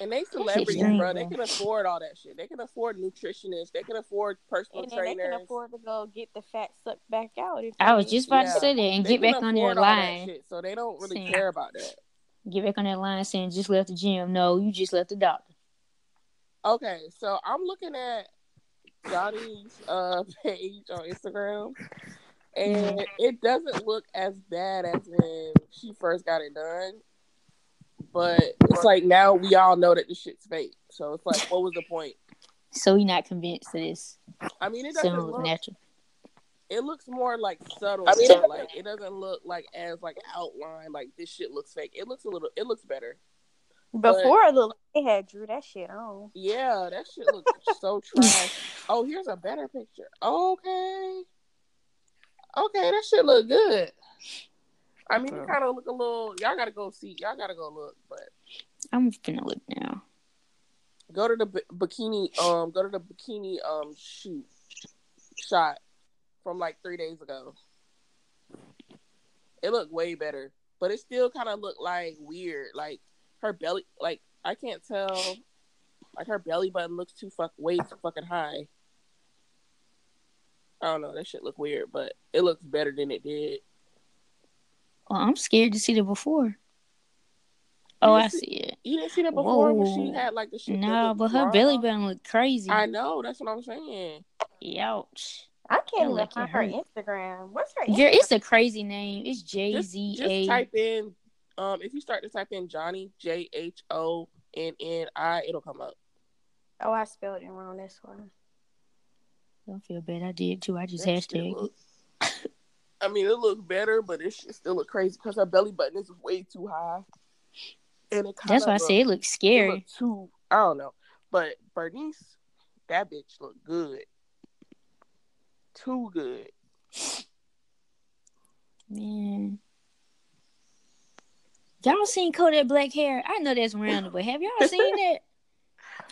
S2: and they
S3: shit's
S2: celebrities,
S3: lame,
S2: bro. They
S3: bro.
S2: can afford all that shit. They can afford nutritionists. They can afford personal
S4: and then they
S2: trainers.
S4: can afford to go get the fat sucked back out. If
S3: I
S4: they-
S3: was just about
S2: Yeah.
S3: to say that and
S2: They
S3: get
S2: can
S3: back on their
S2: afford all that
S3: line.
S2: shit, so they don't really
S3: Same.
S2: care about that.
S3: Get back on that line saying just left the gym. No, you just left the doctor.
S2: Okay, so I'm looking at Johnny's uh page on Instagram, and
S3: Mm-hmm.
S2: it doesn't look as bad as when she first got it done. But it's like now we all know that the shit's fake. So it's like, what was the point?
S3: So you're not convinced of this.
S2: I mean, it
S3: So it
S2: doesn't
S3: don't look
S2: look
S3: natural.
S2: it looks more like subtle.
S3: I mean-
S2: though. like it doesn't look like as like outlined. Like this shit looks fake. It looks a little. It looks better.
S4: Before the they had drew that shit on.
S2: Yeah, that shit looks so trash. Oh, here's a better picture. Okay, okay, that shit look good. I mean, it
S3: Bro.
S2: kind of look a little. Y'all gotta go see. Y'all gotta go look. But
S3: I'm finna look now.
S2: go to the b- bikini. Um, go to the bikini. Um, shoot shot from like three days ago. It looked way better, but it still kind of looked like weird. Like her belly, like I can't tell. Like her belly button looks too fuck way too fucking high. I don't know. That shit look weird, but it looks better than it did.
S3: Well, I'm scared to see the before. Oh, I
S2: didn't
S3: see it.
S2: You didn't see that before when she
S3: Whoa.
S2: had like the shit. that
S3: No,
S2: looked
S3: but her
S2: raw?
S3: belly button look crazy.
S2: I know. That's what I'm saying.
S3: Ouch.
S4: I
S3: That
S4: can't even
S3: like it
S4: find her
S3: hurt.
S4: Instagram. What's her
S3: Girl,
S4: Instagram?
S3: it's a crazy name. It's J
S2: Just,
S3: Z
S2: just
S3: A.
S2: type in. Um, if you start to type in Johnny J H O N N I, it'll come up.
S4: Oh, I spelled it wrong this one.
S3: Don't feel bad. I did too. I just
S2: That shit
S3: hashtag.
S2: look- I mean, it looked better, but it should still look crazy because her belly button is way too high, and it kind
S3: That's
S2: of
S3: why I said it looks scary.
S2: too. I don't know, but Bernice, that bitch looked good, too good.
S3: Man. Y'all seen Kodak black hair? I know that's random, but have y'all seen that?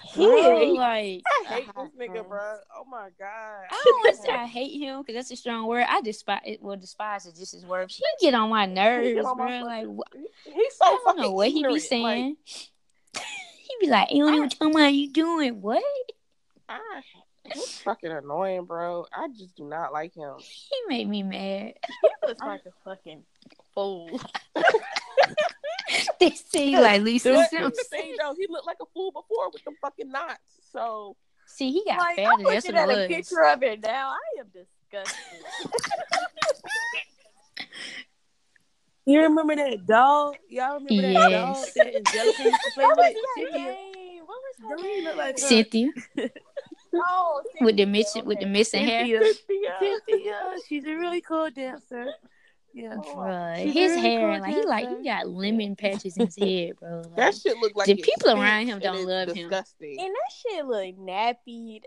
S3: He
S2: Really?
S3: look like
S4: I
S2: Hate this nigga, bruh. Oh my god.
S3: Oh, I don't want to say I hate him because that's a strong word. I despise it. Well, despise is just his word. He get on my
S2: He
S3: nerves,
S2: get on my
S3: bro. Like
S2: fucking-
S3: wh-
S2: he- he's so
S3: I don't
S2: fucking
S3: know what he be
S2: ignorant. Like,
S3: saying. he be like, "Hey, "Don't even tell me how you doing." What?
S2: I, he's fucking annoying, bro. I just do not like him.
S3: He made me mad.
S4: looks like a fucking fool.
S3: they see like Lisa
S2: But here's the
S3: Simpson.
S2: thing, though, he looked like a fool before with the fucking knots. So
S3: See, he got
S4: Like, I'm
S3: fatter. That's
S4: looking
S3: what
S4: at
S3: it
S4: a
S3: was.
S4: picture of it now. I am disgusted.
S5: You remember that dog? Y'all remember that dog
S3: Yes.
S5: that Angelica used to play with? Cynthia.
S4: name? What was
S5: Don't he look like her?
S3: Cynthia
S4: Oh,
S3: with the
S4: Cynthia,
S3: miss with
S4: okay.
S3: the missing hair.
S5: Cynthia.
S2: Cynthia,
S5: Cynthia. She's a really cool dancer. Yeah.
S3: Oh, Bruh,
S5: She's
S3: his
S5: really
S3: hair,
S5: cool
S3: like he like
S5: dancer.
S3: he got lemon patches in his head, bro. Like,
S2: that shit looked like
S3: The
S2: it
S3: people around
S2: stinks
S3: him
S2: and
S3: don't
S2: it's
S3: love him.
S2: disgusting.
S4: And that shit look nappy.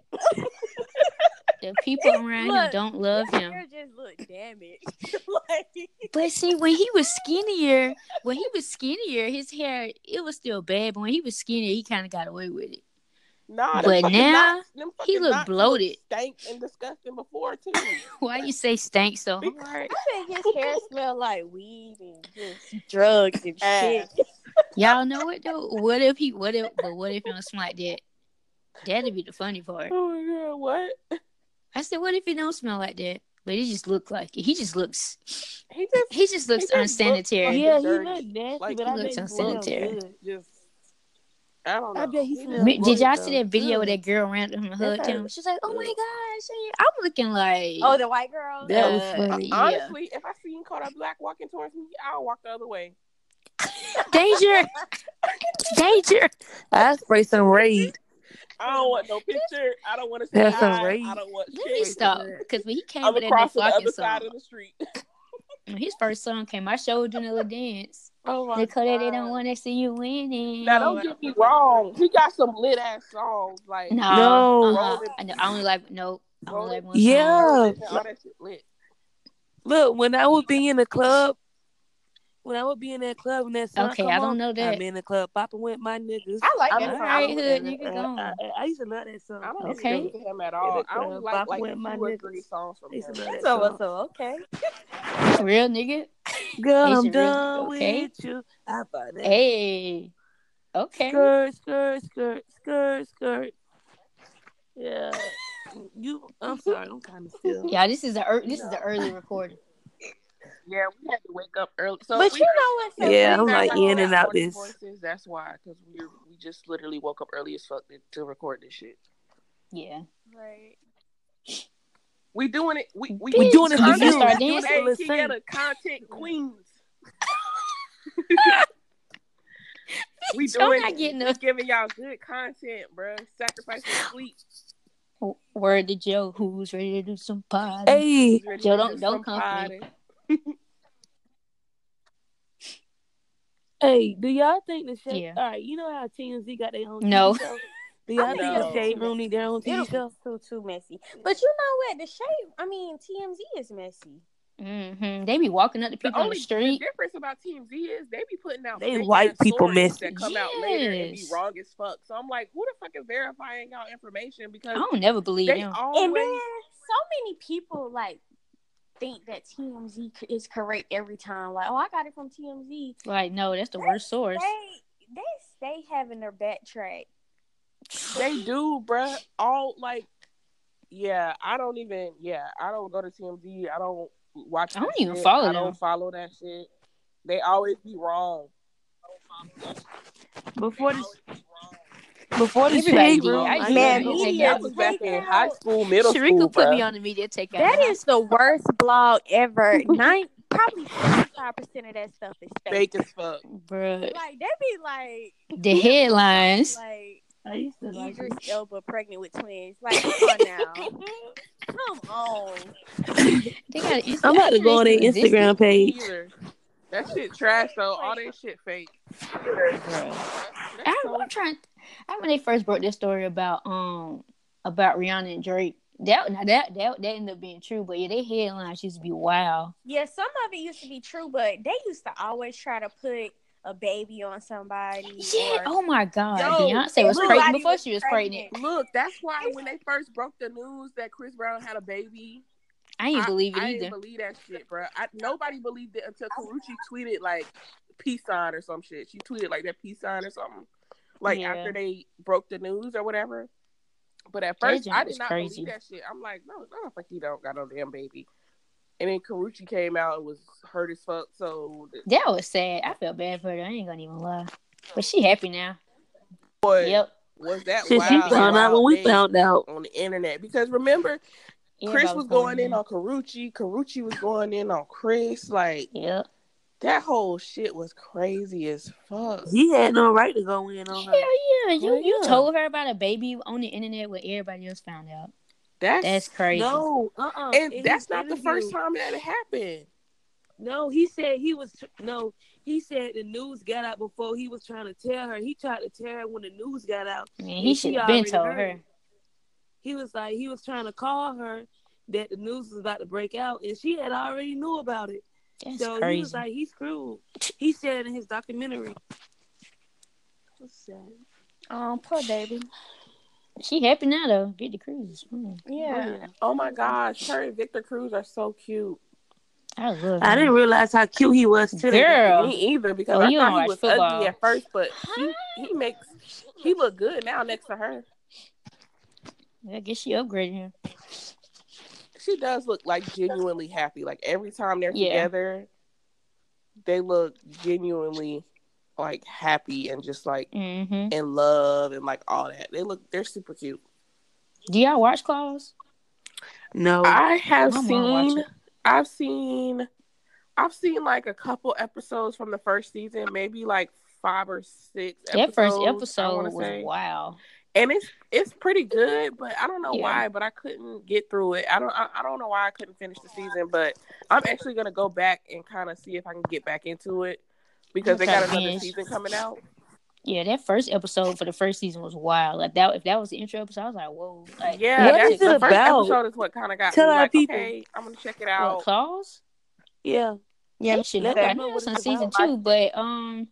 S3: the people around him
S4: look,
S3: don't love
S4: That
S3: him.
S4: hair just look damaged. like,
S3: But see, when he was skinnier, when he was skinnier, his hair it was still bad. But when he was skinnier, he kind of got away with it.
S2: Nah,
S3: But
S2: them fucking
S3: now,
S2: knots- them
S3: he
S2: fucking
S3: look
S2: knots
S3: bloated.
S2: stank and disgusting before too.
S3: Why you say stank so hard?
S4: I think his hair smell like weed and just drugs and shit.
S3: Y'all know what though? What if he? What if? But what if it don't smell like that? That'd be the funny part.
S2: oh my god, what?
S3: I said, what if it don't smell like that? But it just looked like it. He just looks.
S2: He just
S3: He just looks
S2: just looks
S3: unsanitary.
S2: like-
S5: Yeah, he
S2: dirty.
S5: looked nasty,
S2: Like,
S5: but
S3: he
S5: I bet
S3: looks
S5: he smelled
S3: unsanitary.
S5: good.
S2: just I don't know.
S5: I bet
S2: He
S5: he smelled
S2: just
S3: Me- Did
S2: looked-
S3: y'all
S5: good,
S3: see
S5: though.
S3: that video where
S5: Good.
S3: that girl ran up and hugged
S5: That's
S3: him?
S5: right.
S3: She's like, "Oh my
S5: Yeah.
S3: gosh!" I'm looking like
S4: Oh, the white girl.
S3: that
S5: That
S3: was
S5: uh,
S3: funny. yeah.
S2: Honestly, if I seen Kodak Black walking towards me, I'll walk the other way.
S3: Danger! Danger!
S5: I spray some raid.
S2: I don't want no picture. I don't want to see
S5: That's
S2: hi.
S5: outrageous.
S2: I don't want
S3: Let me
S2: shit.
S3: stop because when he came
S2: I'm
S3: with that new
S2: across to the
S3: fucking
S2: other
S3: song,
S2: side of the street.
S3: when his first song came, I showed you another dance.
S2: Oh my
S3: Dakota, they
S2: God.
S3: don't want to see you winning.
S2: Now don't get me wrong. He got some lit ass songs like
S3: no,
S5: No.
S3: uh-uh. I, know, I only like no. I only like one
S5: Yeah.
S3: song.
S2: All that shit lit.
S5: Look, when I would be in the club, when I would be in that club and that song
S3: Okay,
S5: come
S3: I don't
S5: on,
S3: know that.
S5: I'm in the club bopping with my niggas.
S4: I like
S2: I'm
S4: that
S2: not-
S4: song.
S2: I
S3: Alright,
S2: don't
S3: hood
S5: Uh,
S3: nigga,
S5: uh,
S3: gone.
S5: I, I- I used to love that song.
S2: I don't
S3: Okay.
S2: listen to him at all. I only like
S5: Bop
S2: like
S5: with my
S2: two or
S5: niggas.
S2: three songs from
S5: I used to
S2: him.
S5: love that
S4: So,
S5: song.
S4: what's up? Okay.
S3: Real nigga.
S5: Girl,
S3: It's
S5: I'm
S3: your
S5: done
S3: real- okay.
S5: with you. I bought that.
S3: Hey. Okay.
S5: Skirt, skirt, skirt, skirt, skirt. Yeah. You, I'm sorry, I'm kind of still.
S3: Yeah, this is a ear this is the early recording.
S2: Yeah, we had to wake up early. So
S4: But
S2: we
S4: you know what's so
S5: Yeah, I'm
S2: sound
S5: like
S2: like
S5: in
S2: we
S5: and
S2: got
S5: out
S2: horny
S5: this.
S2: Voices, that's why, because we were- we just literally woke up early as fuck to- to record this shit.
S3: Yeah.
S4: Right.
S2: We doing it. We we,
S5: We doing it for
S3: Bitch,
S5: you.
S3: I'm gonna start
S5: We doing
S3: dancing.
S5: it for
S2: Hey,
S5: Lil
S2: King
S5: Saint.
S2: of the content queens. we
S3: Y'all
S2: doing
S3: not getting
S2: we
S3: up.
S2: giving y'all good content, bro. Sacrifice your sleep.
S3: Word to Joe, who's ready to do some party?
S5: Hey,
S2: Ready
S3: Joe,
S2: to
S3: don't-
S2: do some
S3: don't come for me.
S2: potty.
S5: hey, do y'all think the shade?
S3: Yeah.
S5: All right, you know how TMZ got their own
S3: No.
S5: TV show? Do y'all think
S2: No.
S5: the shade room need their own TV show?
S4: It'll be too, too messy. But you know what? The shape, I mean, TMZ is messy.
S3: hmm They be walking up to people
S2: The
S3: on the
S2: only
S3: street.
S2: difference about Team Z is they be putting out
S5: They
S2: fake
S5: white
S2: ass
S5: people
S2: stories
S5: messy.
S2: that come out later and be
S3: Yes.
S2: wrong as fuck. So I'm like, who the fuck is verifying y'all information?
S3: I
S2: Because
S3: don't never believe
S2: they
S3: them.
S2: always
S4: And then so many people like think that TMZ c- is correct every time. Like, oh, I got it from TMZ.
S3: Like, no, that's the worst source.
S4: They they stay having their backtrack.
S2: They do, bruh. All like, yeah. I don't even. Yeah, I don't go to TMZ. I don't watch.
S3: I don't
S2: that
S3: even
S2: shit.
S3: follow
S2: I don't
S3: them.
S2: follow that shit. They always be wrong.
S6: Before the before the
S3: Everybody
S6: shade
S3: did.
S6: room,
S3: I used to
S4: Man,
S2: I
S3: be a
S2: was-
S4: media
S2: I was back in
S4: takeout.
S2: high school, middle school.
S3: Sharika put me
S2: bruh.
S3: on the media takeout.
S4: That is the worst blog ever. Nine probably seventy five percent of that stuff is fake.
S2: fake as fuck.
S3: Bruh.
S4: Like they be like
S3: The headlines.
S4: like
S6: I used to like
S4: Idris Elba pregnant with twins. Like come on now, come on.
S3: They got an Insta-
S5: I'm about to go on their
S3: Insta-
S5: Instagram page.
S2: Either. That shit trash though. All that shit fake.
S3: Bruh.
S2: That's
S3: I,
S2: so-
S3: I'm trying. I when they first broke this story about um about Rihanna and Drake. That now that that that ended up being true, but yeah, their headlines used to be wild.
S4: Yeah, some of it used to be true, but they used to always try to put a baby on somebody.
S3: Yeah.
S4: or-
S3: Oh my God.
S2: Yo,
S3: Beyonce was
S2: everybody
S3: pregnant before
S4: was
S3: she was
S4: pregnant.
S3: pregnant.
S2: Look, that's why when they first broke the news that Chris Brown had a baby,
S3: I didn't believe it
S2: I
S3: either.
S2: didn't believe that shit, bro. I, nobody believed it until Karuchi tweeted like peace sign or some shit. She tweeted like that peace sign or something, like
S3: Yeah.
S2: after they broke the news or whatever. But at
S3: That
S2: first,
S3: joint
S2: I did
S3: was
S2: not
S3: crazy.
S2: believe that shit. I'm like, no, no, fuck, you don't got no damn baby. And then Karuchi came out and was hurt as fuck. So
S3: that was sad. I felt bad for her. I ain't gonna even lie. But she happy now.
S2: boy,
S3: Yep.
S2: was that
S5: Shit, she
S2: wild?
S5: found out when
S2: wild
S5: we
S2: day
S5: found out.
S2: on the internet because remember Chris
S3: Everybody
S2: was going in
S3: there.
S2: on Karuchi. Karuchi was going in on Chris. Like
S3: Yep.
S2: that whole shit was crazy as fuck.
S5: He had no right to go in on her.
S3: Hell yeah. You
S2: Hell
S3: you
S2: yeah.
S3: told her about a baby on the internet where everybody else found out.
S2: That's,
S3: That's crazy.
S5: No, uh, uh
S2: and that's not the first time that it happened.
S5: No, he said he was no. He said the news got out before he was trying to tell her. He tried to tell her when the news got out.
S3: Man, he
S5: And she
S3: should have been
S5: already
S3: told
S5: heard
S3: her.
S5: it. He was like he was trying to call her that the news was about to break out, and she had already knew about it.
S3: That's
S5: so
S3: crazy.
S5: he was like, "He's screwed." He said it in his documentary.
S4: Um, poor baby.
S3: she happy now though. Get the cruise. Mm.
S4: Yeah.
S2: Oh my gosh, her and Victor Cruz are so cute.
S3: I love.
S5: I didn't realize how cute he was till they-
S3: Girl.
S2: Me either because
S3: Oh,
S2: I
S3: you don't
S2: thought
S3: watch
S2: he was
S3: football.
S2: ugly at first, but he, he makes he look good now next to her.
S3: I guess she upgraded him.
S2: She does look like genuinely happy. Like every time they're
S3: Yeah.
S2: together, they look genuinely like happy and just like
S3: Mm-hmm.
S2: in love and like all that. They look they're super cute.
S3: Do y'all watch Claws?
S5: No,
S2: I have
S3: My mom watch
S2: seen.
S3: it.
S2: I've seen. I've seen like a couple episodes from the first season, maybe like five or six.
S3: That
S2: episodes,
S3: first
S2: I wanna
S3: episode was
S2: say.
S3: wow.
S2: and it's it's pretty good, but I don't know
S3: Yeah.
S2: why. But I couldn't get through it. I don't. I, I don't know why I couldn't finish the season. But I'm actually gonna go back and kind of see if I can get back into it because they
S3: Okay,
S2: got another
S3: yes.
S2: season coming out.
S3: Yeah, that first episode for the first season was wild. Like that, if that was the intro episode, I was like, whoa. Like,
S2: Yeah,
S5: What
S2: that's
S5: is it
S2: the first
S5: about?
S2: episode is what kind of got
S5: Tell
S2: me
S5: our
S2: like,
S5: people.
S2: okay, I'm gonna check it
S3: what,
S2: out.
S3: Claws?
S5: yeah,
S3: Yeah, should know
S5: let
S3: by
S5: them know
S3: now.
S5: what
S3: It's on
S5: it's
S3: season
S5: about.
S3: two, but um,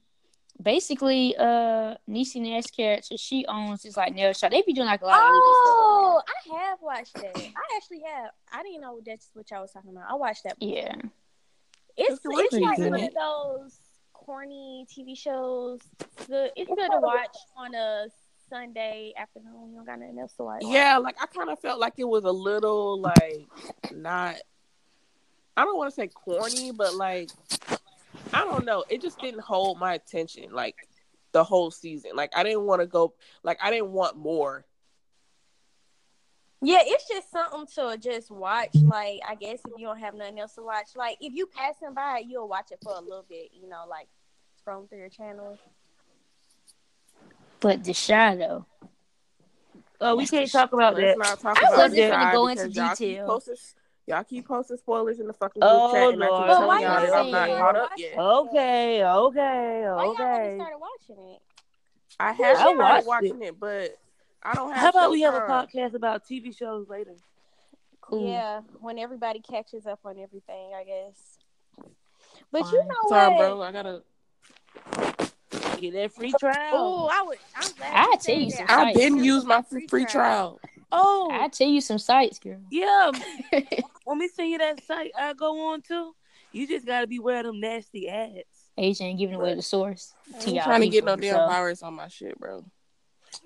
S3: basically, uh, Niecy Nash character she owns is like nail shop. They be doing like a lot of illegal stuff.
S4: Oh, I have watched that. I actually have. I didn't know that's what y'all was talking about. I watched that.
S3: Yeah,
S4: It's
S2: That's what
S4: it's
S3: you
S4: like
S3: do.
S4: one of those corny TV shows. It's good. It's good to watch on a Sunday afternoon. You don't got nothing else to watch.
S2: Yeah, like I kind of felt like it was a little like not. I don't want to say corny, but like I don't know. It just didn't hold my attention like the whole season. Like I didn't want to go. Like I didn't want more.
S4: Yeah, it's just something to just watch. Like, I guess if you don't have nothing else to watch, like if you passing by, you'll watch it for a little bit. You know, like scrolling through your channel.
S3: but the shadow.
S5: Oh, we can't talk about that.
S2: Let's not talk
S3: I
S2: about
S3: wasn't
S2: this
S3: finna
S2: side
S3: go into
S2: because y'all keep
S3: detail.
S2: posting- Y'all keep posting spoilers in the fucking group
S5: Oh,
S2: chat, and I
S5: Lord.
S2: keep
S5: But
S2: telling
S5: why
S2: y'all
S5: y'all
S2: that I'm not
S5: saying-
S2: caught up yet.
S5: Okay, okay,
S4: Why y'all haven't
S5: okay.
S4: started watching it?
S2: I have
S5: I
S2: started
S5: watched it.
S2: watching it, but I don't have.
S5: How about we have a
S2: Showtime.
S5: podcast about TV shows later?
S3: Cool.
S4: Yeah, when everybody catches up on everything, I guess. But you
S3: Fine.
S4: know
S2: Sorry,
S4: what?
S2: bro. I gotta.
S5: Get that free trial.
S4: Oh, I would. I'm glad
S3: I'll
S4: you
S3: tell
S4: said
S3: you
S4: that.
S3: some
S2: I
S3: Right.
S2: didn't use my free, free trial.
S5: Oh,
S3: I tell you some sites, girl.
S5: yeah. When we send you that site, I go on to. You just gotta beware of them nasty ads.
S3: Asia ain't giving away the source to
S2: I'm
S3: y'all.
S2: trying to get no
S3: people,
S2: damn
S3: so-
S2: virus on my shit, bro.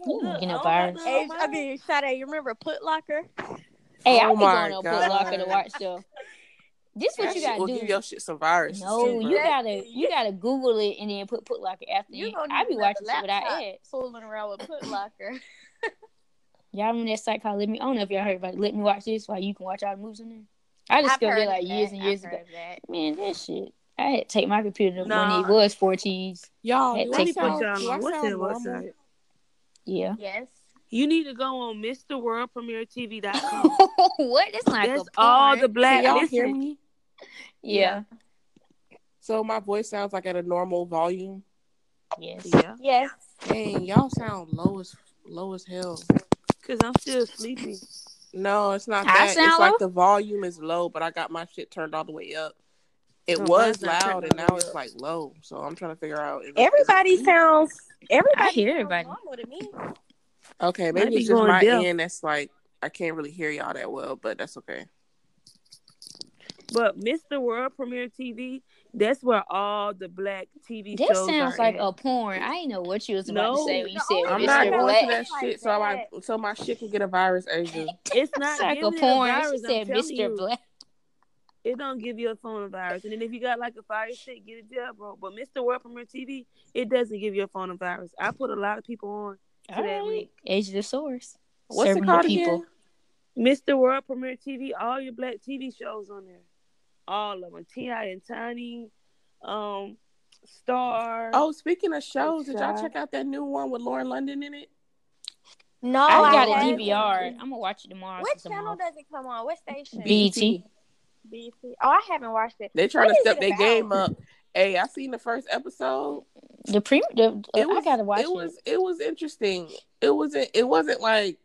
S3: You ain't getting no
S5: Look, oh
S3: virus.
S5: I don't
S4: Hey,
S5: got no
S4: I mean, Sade, you remember Put Locker?
S2: Oh
S3: Hey, I
S2: my
S3: be going on Foot Locker to
S2: God.
S3: watch stuff. This
S2: That
S3: what you
S2: shit
S3: gotta
S2: will
S3: do.
S2: give your shit some virus.
S3: no,
S2: too,
S3: you
S2: bro.
S3: gotta you gotta Google it and then put Put Locker after
S4: You
S3: it.
S4: gonna
S3: I
S4: need
S3: be
S4: another
S3: watching shit without
S4: laptop.
S3: ads.
S4: Fooling around with Put Locker.
S3: Y'all remember that site called Let Me? I don't know if y'all heard about it. Let Me Watch This while you can watch all the movies on there. I
S4: I've
S3: discovered
S4: heard
S3: it like
S4: of
S3: years
S4: that.
S3: and
S4: I've
S3: years
S4: heard
S3: ago.
S4: of that.
S3: Man, that shit. I had to take my computer
S5: Nah.
S3: when it was 4Gs.
S2: Y'all,
S3: That
S2: do I
S3: takes
S2: sound,
S5: put y'all
S2: do I
S5: on. What's
S2: sound
S5: that
S2: normal?
S5: website?
S3: Yeah.
S4: Yes.
S5: You need to go on MrWorldPremierTV.com.
S3: what? That's not
S5: That's
S3: a
S5: all
S3: porn.
S5: the
S2: Can
S5: black.
S2: y'all
S5: listen,
S2: hear me?
S3: Yeah.
S2: So my voice sounds like at a normal volume.
S3: Yes.
S5: Yeah,
S4: Yes.
S2: Dang, y'all sound low as low as hell.
S5: cause I'm still sleepy.
S2: No, it's not
S3: I
S2: that. It's
S3: sound
S2: like
S3: low?
S2: the volume is low, but I got my shit turned all the way up. It
S5: No,
S2: was
S5: mine's not
S2: loud,
S5: turned
S2: and
S5: all the
S2: now
S5: way
S2: it's
S5: up.
S2: like low. So I'm trying to figure out. If
S4: Everybody
S2: if-
S4: sounds. Everybody.
S3: I hear
S4: sounds
S3: everybody.
S4: Normal to me.
S2: okay.
S5: Might
S2: Maybe
S5: be
S2: it's just
S5: going
S2: my
S5: deaf.
S2: end that's like I can't really hear y'all that well, but that's okay.
S5: But Mr. World Premiere TV, that's where all the black TV
S3: This
S5: shows
S3: sounds
S5: are
S3: like
S5: at.
S3: a porn. I didn't know what you was about
S5: No.
S3: to say when you
S4: The
S3: said
S4: only
S2: I'm
S4: It's
S2: not
S4: so
S3: Mr.
S2: going
S3: Black.
S2: to that
S4: like
S2: shit, so I
S4: that.
S2: so my shit can get a virus, Asia.
S5: It's
S3: It's
S5: not
S3: like a
S5: giving
S3: porn.
S5: it a
S3: She
S5: virus. I'm
S3: said
S5: telling
S3: Mr.
S5: you,
S3: Black.
S5: it don't give you a phone a virus. And then if you got like a fire stick, get it there, bro. But Mr. World Premiere TV, it doesn't give you a phone a virus. I put a lot of people on to
S3: All
S5: that
S3: right.
S5: link.
S3: Age of the source.
S2: What's
S3: Serving
S2: it
S3: the
S2: called
S3: people.
S2: again?
S5: Mr. World Premiere TV, all your black TV shows on there, all of them. Ti and Tiny, um, Star.
S2: Oh, speaking of shows, did y'all
S5: Shy.
S2: check out that new one with Lauren London in it?
S4: No,
S3: I got
S4: haven't.
S3: a DVR. I'm gonna watch it tomorrow.
S4: What
S3: since I'm
S4: channel
S3: off.
S4: does it come on? What station?
S3: BET.
S4: BT. Oh, I haven't watched it.
S2: They trying
S4: What
S2: to
S4: is
S2: step
S4: it
S2: their
S4: about?
S2: game up. Hey, I seen the first episode.
S3: The pre. The,
S2: It was
S3: I gotta watch it.
S2: it was it was interesting. It wasn't it wasn't like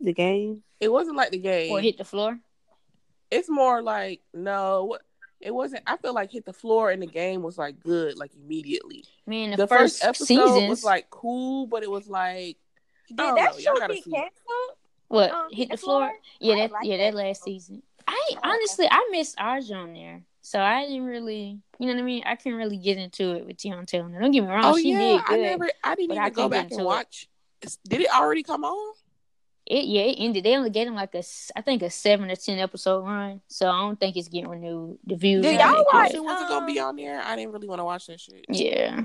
S5: The game.
S2: it wasn't like the game.
S3: Or hit the floor.
S2: it's more like no, what- it wasn't. I feel like hit the floor and the game was like good, like immediately.
S3: Man, the,
S2: The, first, episode
S3: seasons
S2: was like cool, but it was like
S4: Did
S2: I don't
S4: that
S2: know. Oh, Y'all
S4: show
S2: gotta
S4: get
S2: see.
S4: canceled?
S3: what
S4: um,
S3: Uh, hit the floor.
S4: I
S3: Yeah, that
S4: like
S3: yeah
S4: that
S3: that Oh, last
S4: show.
S3: season. I ain't-
S4: I like that
S3: honestly I missed Aja on there, so I didn't really you know what I mean. I couldn't really get into it with Tion Taylor. Don't get me wrong,
S2: Oh
S3: she
S2: yeah,
S3: did
S2: I
S3: good.
S2: never. I didn't
S3: but
S2: even
S3: I
S2: go
S3: couldn't get
S2: back and
S3: into it.
S2: watch. It's- Did it already come on?
S3: It yeah it ended. They only gave them like a s- I think a seven or ten episode run, so I don't think it's getting renewed. The views.
S2: Did
S3: on
S2: y'all
S3: it,
S2: watch
S3: but-
S2: it? Was it gonna be
S4: um,
S2: on there? I didn't really want to watch that shit.
S3: Yeah.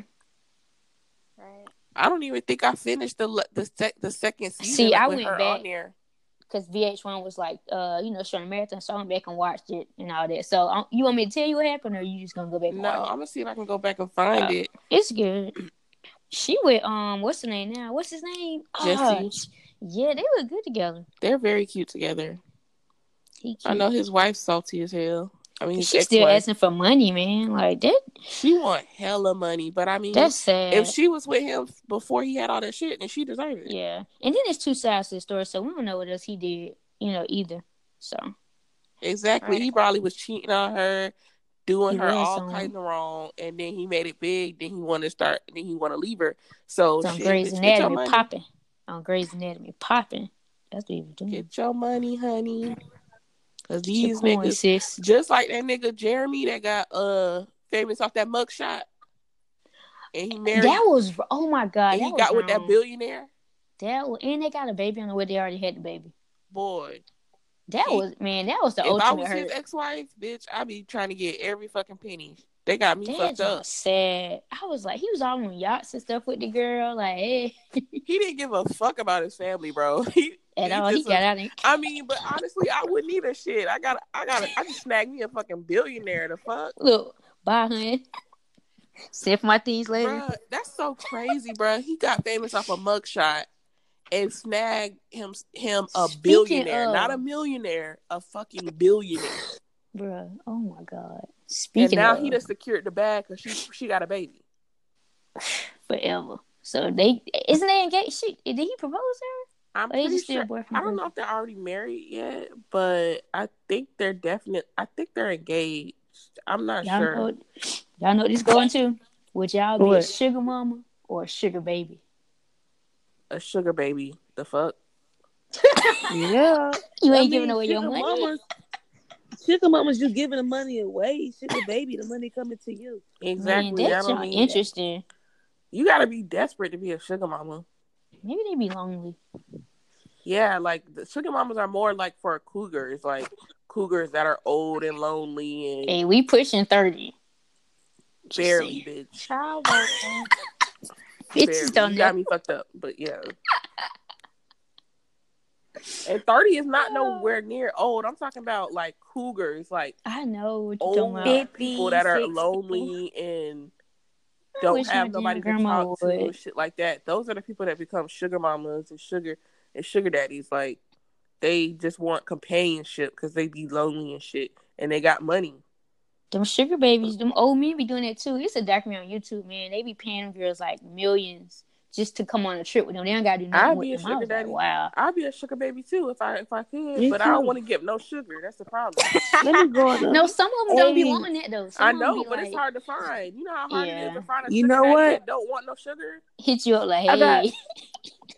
S4: Right.
S2: I don't even think I finished the le- the sec- the second season.
S3: See,
S2: like,
S3: I
S2: with
S3: went
S2: her
S3: back.
S2: on there.
S3: because VH1 was like, uh, you know, showing marathon, so I went back and watched it and all that. So um, you want me to tell you what happened, or you just gonna go back? And
S2: No, I'm
S3: watch
S2: gonna see if I can go back and find
S3: Oh.
S2: it.
S3: it? it's good. She with um, what's her name now? What's his name?
S2: Jesse.
S3: Oh, yeah, they look good together.
S2: They're very cute together.
S3: He cute.
S2: I know his wife's salty as hell. I mean, his
S3: She's still
S2: ex-wife.
S3: asking for money, man. Like that.
S2: She want hella money, but I mean,
S3: That's sad.
S2: Mm-hmm. if she was with him before he had all that shit, then she deserved it.
S3: yeah, and then there's two sides to the story, so we don't know what else he did, you know, either. So
S2: Exactly. He probably was cheating on her, doing
S3: He
S2: her
S3: was
S2: all
S3: on-
S2: kinds of wrong, and then he made it big. Then he want to start. Then he want to leave her. So
S3: it's on
S2: Oh, shit,
S3: Grey's
S2: bitch, get your
S3: Anatomy
S2: money.
S3: popping. On Grey's Anatomy popping. That's what he was doing.
S2: Get your money, honey. Cause
S3: Get your
S2: these
S3: coin,
S2: niggas,
S3: sis.
S2: just like that nigga Jeremy that got uh famous off that mugshot, and he married.
S3: That was oh my god.
S2: and
S3: that
S2: he
S3: was
S2: got with that
S3: wrong.
S2: billionaire
S3: That was, and they got a baby on the way. They already had the baby.
S2: boy.
S3: That
S2: He-
S3: was man. That was the
S2: if I
S3: ultimate
S2: was his
S3: hurt.
S2: ex-wife, bitch, I'd be trying to get every fucking penny. They got me
S3: That
S2: fucked up.
S3: was sad. I was like, he was all on yachts and stuff with the girl. Like, eh, hey,
S2: He didn't give a fuck about his family, bro. He,
S3: at
S2: He
S3: all. He
S2: just
S3: got out. And,
S2: I mean, but honestly, I wouldn't either. Shit, I got, I got, I just snagged me a fucking billionaire. The fuck,
S3: Look, bye, hun. Send my things later.
S2: bruh, that's so crazy, bruh. He got famous off a mugshot and snagged him him a
S3: Speaking
S2: billionaire,
S3: of-
S2: not a millionaire, a fucking billionaire.
S3: Bruh, oh my god.
S2: And
S3: Speaking
S2: now
S3: of
S2: he done secured the bag because she she got a baby.
S3: forever. So they isn't they engaged? She did he propose to
S2: I'm
S3: her? Or he
S2: pretty
S3: just still
S2: sure.
S3: boyfriend?
S2: I don't know if they're already married yet, but I think they're definite. I think they're engaged. I'm not
S3: Y'all
S2: sure.
S3: know, y'all know what this going to? Would y'all be a
S5: What?
S3: sugar mama or a sugar baby?
S2: A sugar baby. The fuck.
S5: Yeah.
S3: You
S5: I
S3: ain't
S5: mean,
S3: giving away your
S5: sugar
S3: money.
S5: Mamas, sugar mamas, you giving the money away. Sugar baby, the money coming to you.
S3: Man,
S2: Exactly. I
S3: that's
S2: don't
S3: y'all
S2: mean that.
S3: interesting.
S2: You gotta be desperate to be a sugar mama.
S3: Maybe they be lonely.
S2: Yeah, like the sugar mamas are more like for cougars, like cougars that are old and lonely and
S3: Hey, we pushing thirty. Just
S2: barely,
S3: saying.
S2: bitch.
S4: Child welcome.
S3: Bitches
S2: Barely.
S3: don't
S2: you
S3: know.
S2: got me fucked up, but yeah. and thirty is not nowhere near old. I'm talking about like cougars, like
S3: I know what
S5: Oh
S3: you're
S2: old
S3: talking about.
S2: people that are
S4: 50, 60.
S2: lonely and
S3: I
S2: don't
S3: wish
S2: have
S3: my
S2: nobody
S3: damn
S2: to
S3: grandma
S2: talk to and
S3: would.
S2: shit like that. Those are the people that become sugar mamas and sugar and sugar daddies. Like they just want companionship because they be lonely and shit, and they got money.
S3: Them sugar babies, them old men be doing that too. It's a documentary on YouTube, man. They be paying them girls like millions just to come on a trip with them. They don't gotta do nothing
S2: I'd
S3: with
S2: be a
S3: them. I
S2: sugar
S3: was
S2: daddy.
S3: like, wow.
S2: I'd be a sugar baby too if I if I could,
S5: Me
S2: but I don't
S5: too.
S2: want to give no sugar. That's the problem.
S5: Let me go on.
S3: No,
S5: No,
S3: some of them don't be
S5: Hey.
S3: wanting that though. Some
S2: I
S3: of 'em
S2: know,
S3: be
S2: but
S3: like,
S2: it's hard to find. You know how hard it
S3: Yeah.
S2: is to find a
S5: You
S2: sugar
S5: know
S2: daddy
S5: what?
S2: that don't want no sugar.
S3: hit you up like,
S5: I got-
S3: hey,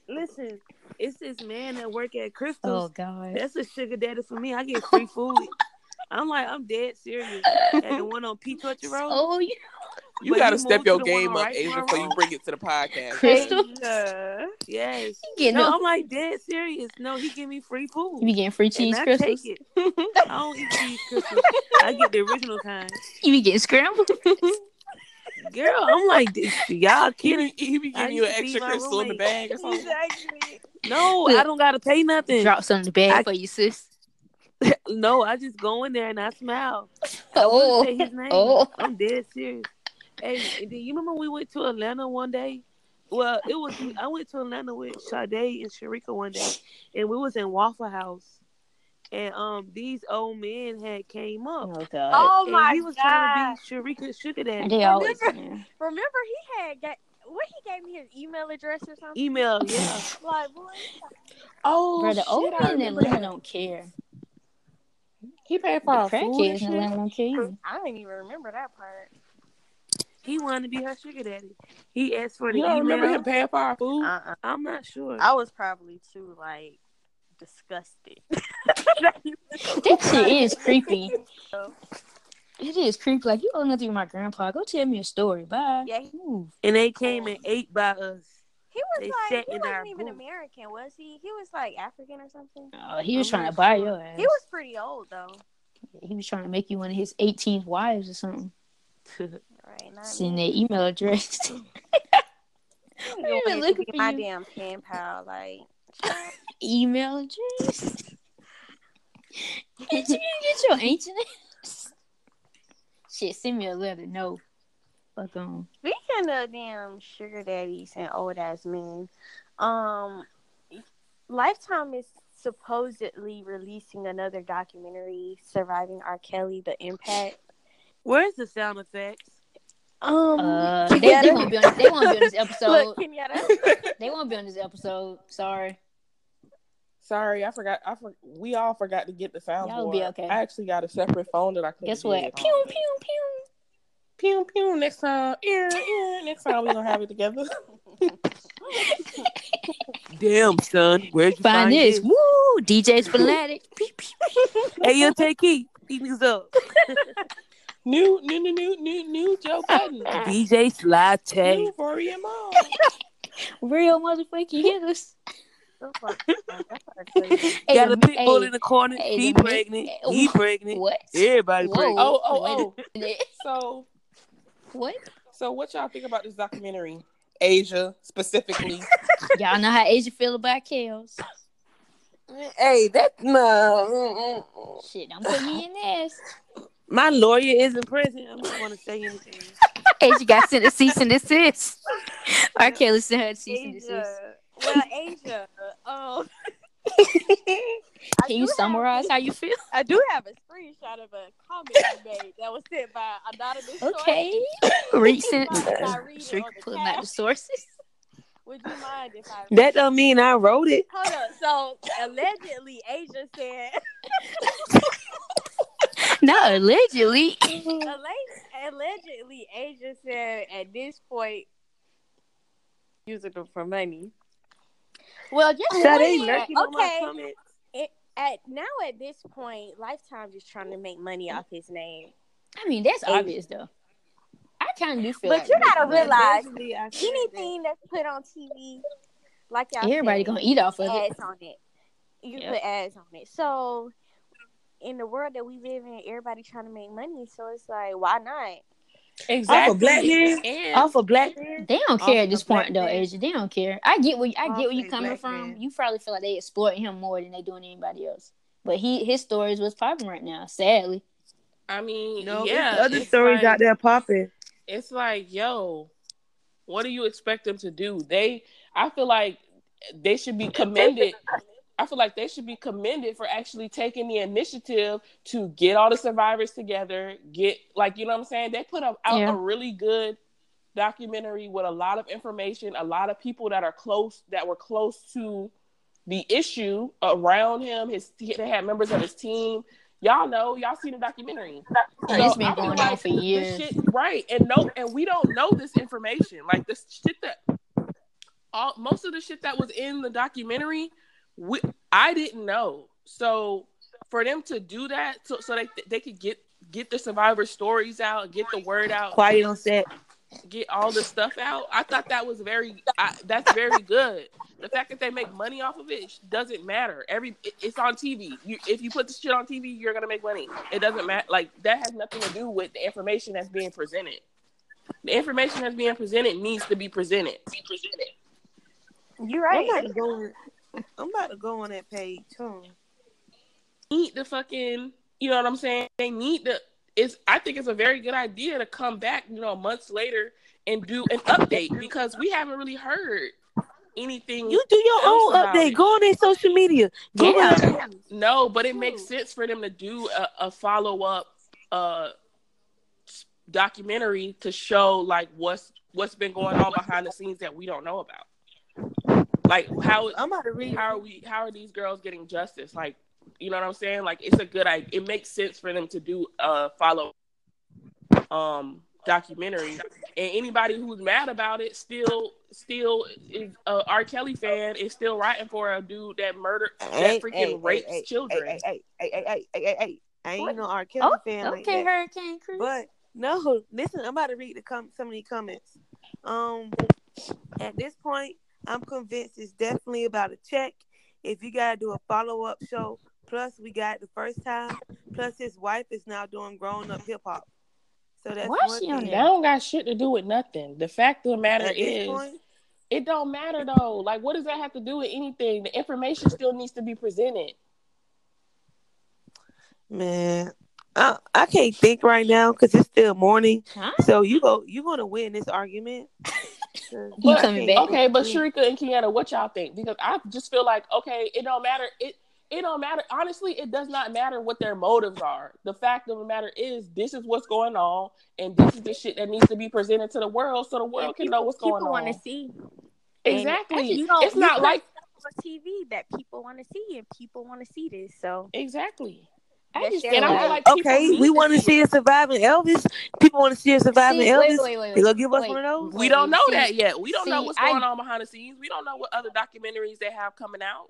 S5: listen, it's this man that work at
S3: oh
S5: Crystal's.
S3: god,
S5: That's a sugar daddy for me. I get free food. I'm like, I'm dead serious. At the one on Peach Orchard Road.
S3: oh you
S2: You
S5: But
S2: gotta
S5: you
S2: step
S5: moved to
S2: your
S5: the one
S2: game
S5: on
S2: up,
S5: right
S2: Asia,
S5: front
S2: before you
S5: row.
S2: bring it to the podcast.
S3: Crystal,
S4: Yeah.
S5: Yes.
S3: you getting
S5: No,
S3: up-
S5: I'm like dead serious. No, he give me free food.
S3: you be getting free
S5: and
S3: cheese
S5: I
S3: crystals,
S5: take it. I don't eat cheese crystals. I get the original kind.
S3: you be getting scrambled.
S5: Girl, I'm like, this, y'all
S2: He
S5: kidding?
S2: be, he be
S5: I
S2: giving you an
S5: used to be
S2: extra
S5: my
S2: crystal in the
S5: roommate.
S2: bag or something.
S4: Exactly.
S5: No, I don't gotta pay nothing.
S3: Drop something in the bag
S5: I-
S3: for you, sis.
S5: No, I just go in there and I smile. I
S3: Oh,
S5: wouldn't say his name.
S3: oh,
S5: I'm dead serious. Hey, and then you remember we went to Atlanta one day? Well, it was I went to Atlanta with Sade and Sharika one day, and we was in Waffle House, and um these old men had came up.
S3: oh god,
S4: Oh
S5: and
S4: my
S5: he was
S4: god.
S5: trying to be Sharika's sugar daddy.
S3: they always.
S4: Remember he had got what he gave me his email address or something?
S5: Email, yeah.
S4: Like boy.
S2: Oh,
S3: Bro, the old
S2: shit, I
S3: men in
S2: remember
S3: Atlanta
S2: that.
S3: don't care.
S2: He paid
S3: The
S2: for our
S3: crack
S2: food and
S3: kids in
S2: shit.
S3: Atlanta don't care either.
S4: I didn't even remember that part.
S5: He wanted to be her sugar daddy. He asked for the
S2: You don't
S5: email.
S2: remember him paying for our food?
S4: Uh-uh.
S5: I'm not sure.
S4: I was probably too like disgusted.
S3: That shit is creepy. It is creepy. Like you owe nothing to my grandpa. Go tell me a story. Bye.
S4: Yeah, he,
S3: Ooh.
S5: And they came and ate by us.
S4: he was
S5: They
S4: like
S5: sat
S4: he
S5: in our
S4: wasn't even
S5: booth.
S4: American, was he? He was like African or something.
S3: Oh, he was
S5: I'm
S3: trying
S5: not
S3: to buy
S5: sure.
S3: your ass.
S4: He was pretty old though.
S3: He was trying to make you one of his 18 wives or something.
S4: Right. Not
S3: Send
S4: me.
S3: their email address.
S4: He
S3: I ain't even
S4: wanted to
S3: looking
S4: be
S3: for
S4: my
S3: you.
S4: damn pen pal. Like
S3: email address. Bitch, you didn't get your ancient ass. Shit, send me a letter. No. Fuck on.
S4: Speaking of damn sugar daddies and old ass men, um, Lifetime is supposedly releasing another documentary, Surviving R. Kelly: The Impact.
S5: Where's the sound effects?
S4: Um,
S3: Uh, they,
S4: Kenyatta-
S3: they won't be on. They won't be on this episode.
S4: Look, Kenyatta.
S3: they won't be on this episode. Sorry.
S2: Sorry, I forgot. I for, we all forgot to get the
S3: Y'all
S2: soundboard.
S3: be okay.
S2: I actually got a separate phone that I couldn't.
S3: Guess
S2: do
S3: what?
S2: it on.
S3: Pew pew pew.
S2: pew pew. Next time, ear ear. Next time we gonna have it together.
S5: Damn, son. Where'd you
S3: Find this. Woo! DJ's fanatic. Pew, pew.
S5: Hey, yo, take key. These niggas up.
S2: new new new new new new Joe Button.
S5: DJ Sly Tay.
S2: New Rory and Mom.
S3: Real motherfucking hitters. Hey,
S5: Got a
S3: the-
S5: pit bull
S3: hey,
S5: in the corner.
S3: hey,
S5: She
S3: the mi-
S5: pregnant.
S3: hey,
S5: He
S3: wh-
S5: pregnant.
S3: What?
S5: Everybody
S3: Whoa.
S5: pregnant.
S2: Oh oh oh.
S3: Wait.
S2: So
S3: What?
S2: so what y'all think about this documentary? Asia specifically.
S3: Y'all know how Asia feel about Kels.
S5: Hey, that no.
S3: Shit, don't put me in this.
S5: My lawyer isn't present. I'm not gonna say anything.
S3: Asia got sent a cease and desist. R. Kelly sent her a cease and desist.
S4: Asia. Well, Asia. Um, I
S3: Can
S4: do
S3: you
S4: have-
S3: summarize how you feel?
S4: I do have a screenshot of a comment you made that was sent by anonymous. source.
S3: Okay. Recent.
S4: Mind if I read it
S3: Sure,
S4: on the
S3: pulling out the
S4: cast?
S3: sources.
S4: Would you mind if I?
S5: That don't mean I wrote it.
S4: Hold up. So allegedly, Asia said.
S3: Not allegedly.
S4: Alle- allegedly, Asia said at this point, using them for money. Well, just
S5: Sade
S4: put it-
S5: lurking on my
S4: okay.
S5: comments.
S4: It, at now at this point, Lifetime just trying to make money off his name.
S3: I mean, that's
S4: Hey.
S3: obvious though. I kind of do feel.
S4: But
S3: like
S4: you
S3: this,
S4: gotta
S3: but
S4: realize
S5: Eventually, I said
S4: anything that's put on TV, like y'all,
S3: everybody
S4: said,
S3: gonna eat off of it.
S4: ads on it. You
S3: Yep.
S4: put ads on it. So in the world that we live in, everybody trying to make money. So it's like, why not?
S2: Exactly.
S5: black man? that.
S2: And
S5: off a black man.
S3: They don't
S5: Off
S3: care at
S5: the
S3: this
S5: black
S3: point though,
S5: man.
S3: Asia. They don't care. I get where I
S5: Off
S3: get where you
S5: the
S3: coming
S5: black
S3: from.
S5: man.
S3: You probably feel like they exploiting him more than they doing anybody else. But he his story is what's popping right now. Sadly,
S2: I mean,
S5: No,
S2: yeah,
S5: it's other
S2: it's
S5: stories
S2: like-
S5: out there popping.
S2: it's like, yo, what do you expect them to do? They, I feel like they should be commended. I feel like they should be commended for actually taking the initiative to get all the survivors together. Get like, you know what I'm saying? They put up, out
S3: Yeah.
S2: a really good documentary with a lot of information, a lot of people that are close that were close to the issue around him. His they had members of his team. Y'all know, y'all seen the documentary.
S3: And
S2: So,
S3: it's been
S2: I feel
S3: going on
S2: like
S3: for
S2: the
S3: years.
S2: shit- right? And no, and we don't know this information. Like the shit that all most of the shit that was in the documentary, we, I didn't know. So for them to do that, so, so they they could get get the survivor stories out, get the word out,
S5: Quiet on set.
S2: get all the stuff out. I thought that was very I, that's very good. The fact that they make money off of it doesn't matter. Every it- it's on TV. You, if you put the shit on TV, you're gonna make money. It doesn't matter. Like that has nothing to do with the information that's being presented. The information that's being presented needs to be presented.
S4: You're
S5: I'm about to go on, I'm about to go on that page. Huh?
S2: Need the fucking you know what I'm saying. They need the. It's I think it's a very good idea to come back you know months later and do an update because we haven't really heard anything
S5: You do your
S2: Tell us
S5: own
S2: about
S5: update.
S2: it.
S5: Go on their social media. Go
S3: Yeah.
S5: on their-
S2: No, but it makes sense for them to do a, a follow up uh s- documentary to show like what's what's been going on behind the scenes that we don't know about. Like how
S5: I'm about to read.
S2: how are we how are these girls getting justice? Like you know what I'm saying? Like it's a good idea. It makes sense for them to do a follow um documentary. And anybody who's mad about it still still is a R. Kelly fan is still writing for a dude that murdered
S5: Hey,
S2: that freaking
S5: hey,
S2: rapes
S5: hey, hey,
S2: children.
S5: Hey, hey, hey, hey, hey, hey, hey, hey. I ain't
S3: What?
S5: no R. Kelly
S3: Oh,
S5: fan like
S3: okay,
S5: that.
S3: Hurricane Chris.
S5: But no, listen, I'm about to read the com- some of the comments. Um, at this point, I'm convinced it's definitely about a check. If you gotta do a follow up show, plus we got it the first time, plus his wife is now doing grown up hip hop. So that's
S3: Why
S5: one
S3: she on
S5: thing.
S2: That don't got shit to do with nothing. The fact of the matter
S5: At this
S2: is,
S5: point,
S2: it don't matter though. Like, what does that have to do with anything? The information still needs to be presented.
S5: man, I, I can't think right now because it's still morning.
S3: Huh?
S5: So you go, you gonna win this argument. 'Cause
S3: You
S5: I
S3: coming back.
S5: can't
S2: Okay, but
S5: think.
S2: Sharika and Kiana, what y'all think? Because I just feel like, okay, it don't matter. It it don't matter. Honestly, it does not matter what their motives are. The fact of the matter is, this is what's going on, and this is the shit that needs to be presented to the world so the world can know what's going
S4: people
S2: on.
S4: want to see.
S2: Exactly.
S4: You don't-
S2: It's
S4: you
S2: not
S4: put
S2: like
S4: stuff on TV that people want to see, and people want to see this. So
S2: exactly.
S3: I
S4: Yes,
S3: just
S4: they
S3: feel
S2: And I
S3: like,
S2: feel
S4: Wow.
S2: like people
S5: Okay,
S2: need
S5: we want to
S2: see it.
S5: see a surviving Elvis. People want to see a surviving
S3: See,
S5: Elvis.
S3: wait, wait, wait,
S5: They gonna
S3: wait,
S5: give us
S3: wait.
S5: one of those.
S2: we don't know
S3: See,
S2: that yet. We don't know
S3: see,
S2: what's
S3: I-
S2: going on behind the scenes. We don't know what other documentaries they have coming out.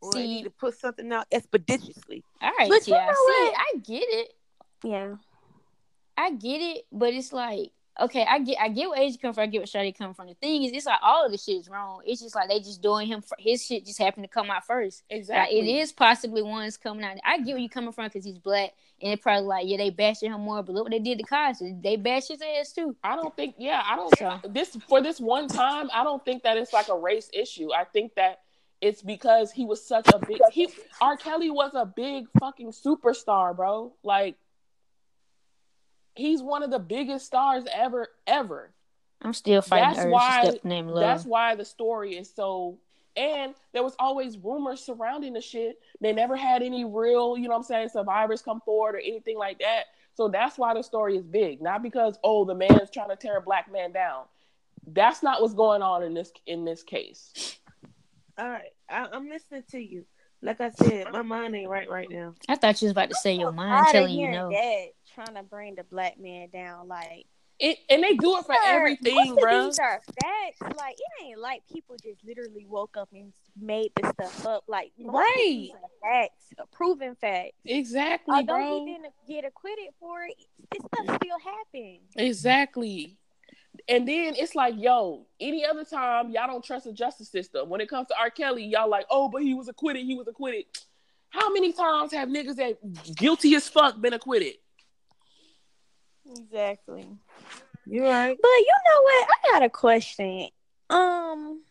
S5: Well, they
S3: See-
S5: need to put something out expeditiously.
S3: all right,
S4: But you
S3: yeah,
S4: know
S3: see,
S4: what?
S3: I get it.
S4: yeah,
S3: I get it, but it's like okay, I get I get where Asia come from, I get where Shawty come from. The thing is, it's like all of the shit is wrong. It's just like they just doing him for his shit just happened to come out first. Like
S2: Exactly.
S3: it is possibly ones coming out. I get where you coming from because he's black, and it probably like yeah they bashing him more, but look what they did to Cosby. They bashed his ass too.
S2: I don't think. Yeah, I don't.
S3: So-
S2: This for this one time, I don't think that it's like a race issue. I think that it's because he was such a big. He R. Kelly was a big fucking superstar, bro. Like he's one of the biggest stars ever, ever.
S3: I'm still fighting
S2: That's
S3: urge
S2: why-
S3: to step name
S2: That's
S3: love.
S2: why the story is so. And there was always rumors surrounding the shit. They never had any real, you know what I'm saying, survivors come forward or anything like that. So that's why the story is big, not because oh the man's trying to tear a black man down. That's not what's going on in this in this case.
S5: All right, I, I'm listening to you. Like I said, my mind ain't right right now.
S3: I thought you was about to say your
S4: Tired
S3: mind
S4: of
S3: telling you
S4: hearing
S3: no.
S4: that trying to bring the black man down. Like
S2: it, and they do it for
S4: These are-
S2: everything,
S4: most of
S2: bro.
S4: These are facts. Like it ain't like people just literally woke up and made this stuff up. Like most of these
S2: Right.
S4: are facts, a proven fact.
S2: Exactly,
S4: Although
S2: bro.
S4: he didn't get acquitted for it, this stuff still happened.
S2: Exactly. And then it's like, yo, any other time, y'all don't trust the justice system. When it comes to R. Kelly, y'all like, oh, but he was acquitted. He was acquitted. How many times have niggas that guilty as fuck been acquitted?
S4: Exactly.
S5: You're right.
S4: But you know what? I got a question. Um,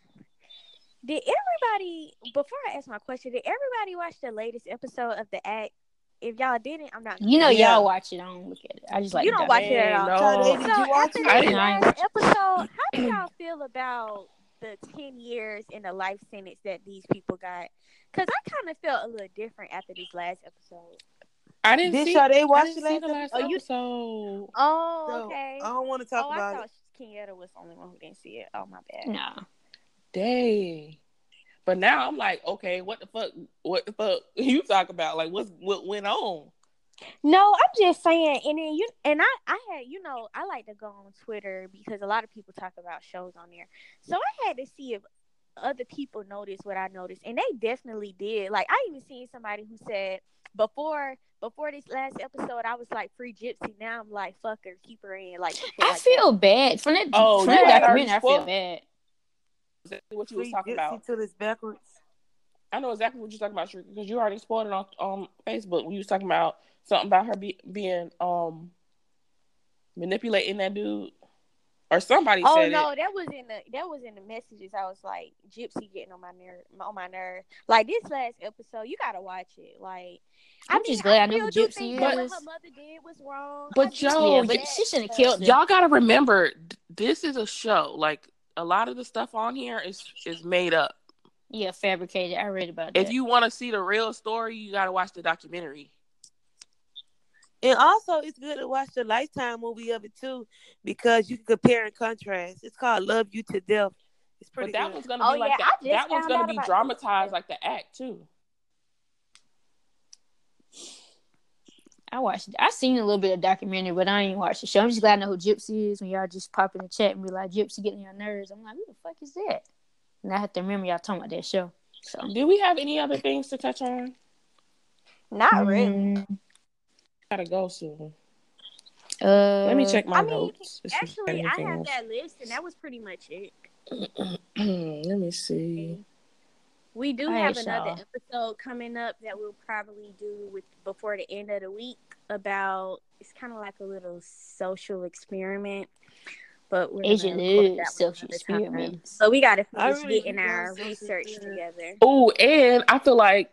S4: did everybody before I ask my question, did everybody watch the latest episode of The Act? If y'all didn't, I'm not.
S3: You know,
S5: Yeah.
S3: y'all watch it. I don't look at it. I just like
S4: you
S3: to
S4: don't
S3: die.
S4: watch it at all.
S2: Man,
S5: So they
S2: no.
S5: did
S4: So
S5: you watch
S4: after
S5: it?
S4: the
S2: I didn't-
S4: last episode, how do y'all feel about the ten years and the life sentence that these people got? Because I kind of felt a little different after this last episode.
S2: I didn't
S5: Did
S2: see.
S5: y'all they
S2: I
S5: watch
S2: didn't
S5: it
S2: see
S5: last
S2: the last
S5: episode?
S2: episode.
S4: Oh,
S5: So,
S4: okay.
S5: I don't want to talk
S4: oh, I
S5: about
S4: thought
S5: it.
S4: Kenyatta was the only one who didn't see it. Oh, my bad.
S3: No.
S2: Dang. But now I'm like, okay, what the fuck? What the fuck you talk about? Like, what's what went on?
S4: No, I'm just saying, and then you and I, I had, you know, I like to go on Twitter because a lot of people talk about shows on there. So I had to see if other people noticed what I noticed, and they definitely did. Like I even seen somebody who said before before this last episode, I was like free gypsy. Now I'm like fuck her, keep her in. Like shit
S3: I
S4: like
S3: feel bad from that,
S2: Oh,
S3: from that
S2: you had already
S3: documentary. I feel
S2: spoiled-
S3: bad.
S2: Exactly what you was
S5: Sweet
S2: talking
S5: Gypsy
S2: about.
S5: till it's backwards.
S2: I know exactly what you're talking about, Shrika, because you already spoiled it on um, Facebook when you was talking about something about her be- being um manipulating that dude, or somebody
S4: Oh
S2: said
S4: no,
S2: it.
S4: that was in the that was in the messages. I was like, Gypsy getting on my nerve, on my nerve. Like this last episode, you gotta watch it. Like,
S3: I'm just glad I know who
S4: still do
S3: Gypsy
S4: think that
S2: is.
S4: What her mother did was wrong.
S2: But
S4: I do
S2: yo,
S4: think
S3: yeah,
S2: y-
S3: but
S4: that,
S3: she should have
S4: but-
S3: killed him.
S2: Y'all gotta remember, th- this is a show. Like a lot of the stuff on here is is made up.
S3: Yeah, fabricated. I read about that.
S2: If you want to see the real story, you gotta watch the documentary.
S5: And also, it's good to watch the Lifetime movie of it too, because you can compare and contrast. It's called Love You to Death. It's pretty.
S2: But that
S5: good.
S2: one's gonna
S4: Oh,
S2: be like
S4: yeah, I
S2: that.
S4: just
S2: That one's
S4: found
S2: gonna
S4: out
S2: be
S4: about-
S2: dramatized like the act too.
S3: I watched. I seen a little bit of documentary, but I ain't watched the show. I'm just glad I know who Gypsy is. When y'all just pop in the chat and be like, "Gypsy getting your nerves," I'm like, "Who the fuck is that?" And I have to remember y'all talking about that show. So
S2: Do we have any other things to touch on?
S4: not really.
S3: Mm,
S2: Gotta go soon.
S3: Uh,
S2: Let me check my
S4: Mm. I mean,
S2: notes. Let's see if
S4: Actually, I
S2: anything
S4: had
S2: else.
S4: that list, and that was pretty much it.
S2: Let me see.
S4: We do
S3: All
S4: have
S3: right,
S4: another
S3: y'all.
S4: episode coming up that we'll probably do with before the end of the week about it's kind of like a little social experiment, but we're
S3: Asia
S4: gonna record
S3: Lou,
S4: that one another
S3: social
S4: time.
S3: experiments.
S4: So we got to
S5: I
S4: finish
S5: really
S4: getting
S5: do love
S4: our
S5: social
S4: research
S5: experiments.
S4: together.
S2: Oh, and I feel like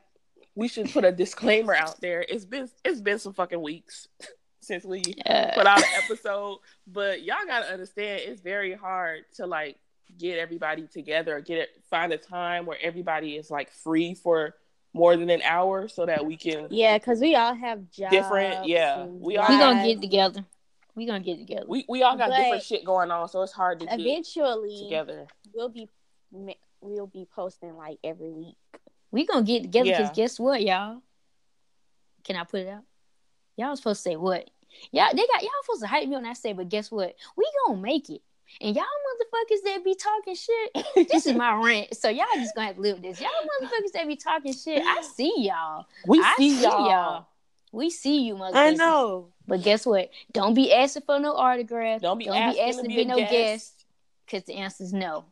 S2: we should put a disclaimer out there. It's been it's been some fucking weeks since we
S3: Uh,
S2: put out an episode, but y'all gotta understand it's very hard to like get everybody together or get it, find a time where everybody is like free for more than an hour so that we can
S4: Yeah, because we all have jobs.
S2: Different, yeah.
S4: and
S2: We all-
S3: we gonna
S4: lives.
S3: get together. We gonna get together.
S2: we we all got
S4: But-
S2: different shit going on, so it's hard to get
S4: Eventually,
S2: together.
S4: we'll be ma- we'll be posting like every week.
S3: We gonna get together because
S2: Yeah.
S3: guess what, y'all? Can I put it out? Y'all was supposed to say what? Y'all they got y'all supposed to hype me when I say, but guess what? We gonna make it. And y'all motherfuckers that be talking shit, this is my rant. So y'all just gonna have to live with this. Y'all motherfuckers that be talking shit, I see y'all.
S2: We
S3: I
S2: see
S3: see
S2: y'all.
S3: y'all. We see you, motherfuckers.
S5: I know.
S3: But guess what? Don't be asking for no autograph.
S2: Don't be asking, to be, a
S3: no
S2: guest.
S3: guest. Cause the answer's no.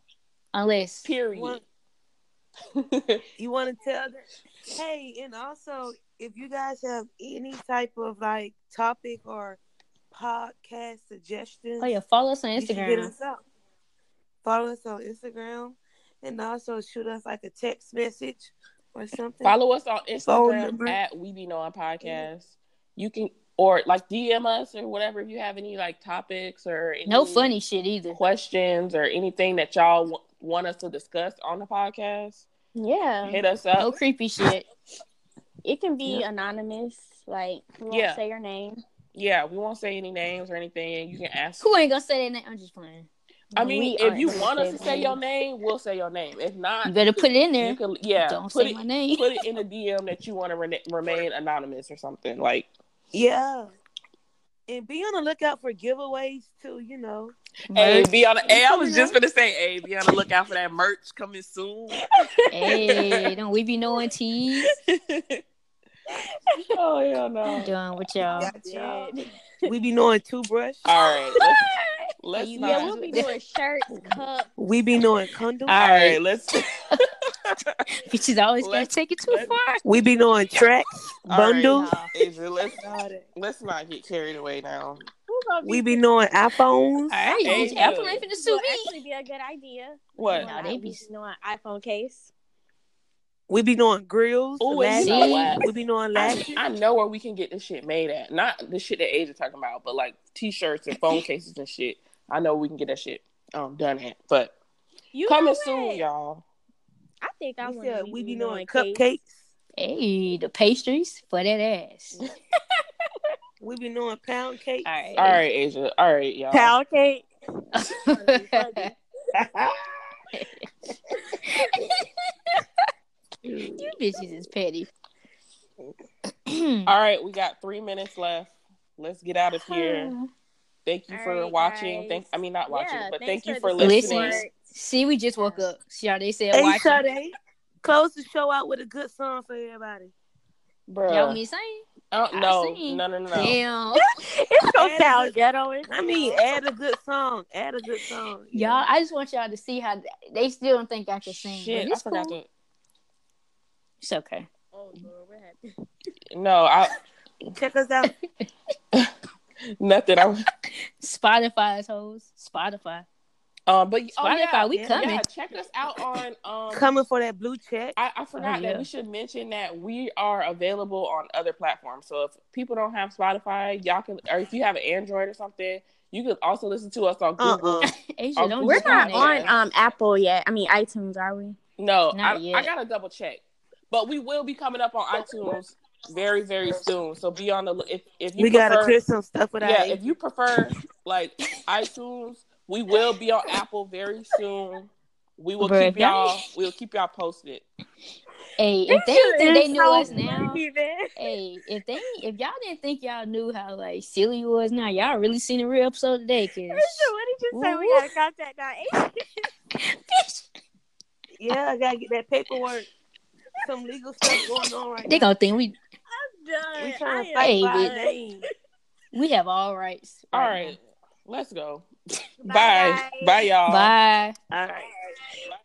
S3: Unless
S2: Period.
S5: One- You want to tell them, hey, and also if you guys have any type of like topic or podcast suggestions,
S3: Oh yeah, follow us on
S5: you should hit
S3: Instagram.
S5: us up. Follow us on Instagram, and also shoot us like a text message or something.
S2: Follow us on
S5: Phone
S2: Instagram
S5: number.
S2: at We Be Knowing Podcast. You can or like DM us or whatever if you have any like topics or any
S3: No funny shit either.
S2: questions or anything that y'all w- want us to discuss on the podcast.
S3: Um,
S4: Yeah,
S2: Hit us up.
S3: No creepy shit.
S4: it can be
S2: Yeah.
S4: anonymous. Like, we won't
S2: Yeah.
S4: say your name.
S2: Yeah, we won't say any names or anything. You can ask.
S3: Who ain't gonna say that name? I'm just playing.
S2: I mean,
S3: We
S2: if
S3: aren't
S2: you
S3: gonna
S2: want us
S3: say
S2: to
S3: that
S2: say
S3: name.
S2: your name, we'll say your name. If not,
S3: you better put it in there.
S2: you can yeah.
S3: Don't
S2: put
S3: say
S2: it,
S3: my name.
S2: Put it in the DM that you want to remain anonymous or something like.
S5: Yeah. and be on the lookout for giveaways too. You know,
S2: Hey,
S3: Merch.
S2: be on. The, hey, I was just gonna say, hey, be on the lookout for that merch coming soon.
S3: Hey, don't we be knowing teas?
S2: oh hell
S3: I'm
S2: no!
S3: done with y'all.
S5: Got y'all. we be knowing two brush.
S2: All right, let's, let's
S3: You
S2: not.
S4: Yeah, we'll be doing shirts, cups.
S5: We be knowing condoms.
S2: All right, let's.
S3: Bitches always gotta
S2: Let's-
S3: take it too
S2: let's-
S3: far.
S5: We be knowing tracks,
S2: All right.
S5: bundles.
S2: Adrian, let's
S5: all that.
S2: let's not get carried away now.
S5: We be knowing iPhones.
S3: All right,
S2: Hey,
S3: bitch, Apple
S2: look.
S3: ain't finna sue
S4: Would
S3: me.
S4: actually be a good idea.
S2: What?
S3: No, they be-
S4: you know, an iPhone case.
S5: We be knowing grills.
S2: Oh, and you
S5: lashes.
S2: know
S3: Lashes.
S2: what?
S5: We be knowing
S2: I,
S5: lashes.
S2: I know where we can get this shit made at. Not the shit that Adrian's talking about, but like t-shirts and phone cases and shit. I know we can get that shit um done at. But
S4: You
S2: coming
S4: know
S2: soon,
S4: what?
S2: y'all.
S4: I think I
S5: We
S4: want
S5: said
S4: to
S5: we be knowing
S4: cupcake.
S5: cupcakes.
S3: Hey, the pastries for that ass.
S5: We be knowing pound cake.
S3: right.
S2: All right, Adrian. All right, y'all.
S4: Pound cake.
S3: you bitches is petty.
S2: All right, we got three minutes left. Let's get out of here. Thank you
S4: Hmm. All
S2: for
S4: right,
S2: watching.
S4: guys.
S2: Thank I mean not watching,
S4: Yeah,
S2: but
S4: thanks
S2: thank you
S4: for
S2: for
S4: the
S2: listening.
S3: Listening. See, we just woke up. See how they said
S5: Hey,
S3: watching.
S5: Sade, close the show out with a good song for everybody.
S3: Y'all
S2: Bruh.
S3: me saying?
S2: Oh,
S3: I
S2: no,
S3: seen.
S2: no, no, no, no.
S3: Damn.
S4: It's gonna
S5: Add a
S4: sound
S5: good-
S4: ghetto. as
S5: I mean,
S4: hell.
S5: add a good song. Add a good song. you
S3: Y'all,
S5: know.
S3: I just want y'all to see how they still don't think I can sing.
S2: Shit,
S3: but
S2: I
S3: it's
S2: forgot
S3: cool.
S2: to
S3: It's okay.
S4: Oh Lord, what happened?
S2: No, I
S5: check us out.
S2: nothing. I
S3: Spotify's hoes. Spotify.
S2: um but oh,
S3: Spotify,
S2: yeah.
S3: we
S5: yeah.
S3: coming.
S2: Yeah, check us out on um
S5: Coming for that blue check.
S2: I, I forgot
S3: Oh, yeah.
S2: that we should mention that we are available on other platforms. So if people don't have Spotify, y'all can, or if you have an Android or something, you can also listen to us on
S3: Uh-uh.
S5: Uh
S2: Google.
S5: uh
S3: Asia,
S2: Oh,
S3: don't
S4: We're not on
S3: discriminate.
S4: um Apple yet. I mean iTunes, are we?
S2: No,
S3: Not
S2: I, I
S3: yet.
S2: gotta double check, but we will be coming up on iTunes very very soon. So be on the look if if you
S5: We
S2: prefer,
S5: gotta clear some stuff with
S2: yeah
S5: our
S2: if you prefer like iTunes, we will be on Apple very soon. We will
S3: Bruh,
S2: keep y'all. We'll keep y'all posted.
S3: Hey, if they
S4: This
S3: think they
S4: is
S3: knew
S4: so
S3: us now,
S4: funny, man.
S3: hey, if they if y'all didn't think y'all knew how like silly you was now, y'all really seen a real episode today,
S4: Rachel,
S3: kids.
S4: what did you say? We
S3: Ooh.
S4: had contact now.
S5: Yeah, I gotta get that paperwork. Some legal stuff going on right
S3: They
S5: now.
S3: gonna think
S4: I'm
S3: we
S4: done.
S5: We
S4: I
S5: trying
S4: am
S5: to fight by our
S3: Hey, bitch.
S5: name.
S3: we have all rights.
S2: All
S3: right
S2: right, let's go.
S4: Bye,
S2: Bye,
S4: guys.
S2: bye y'all.
S3: now. Bye.
S5: All right.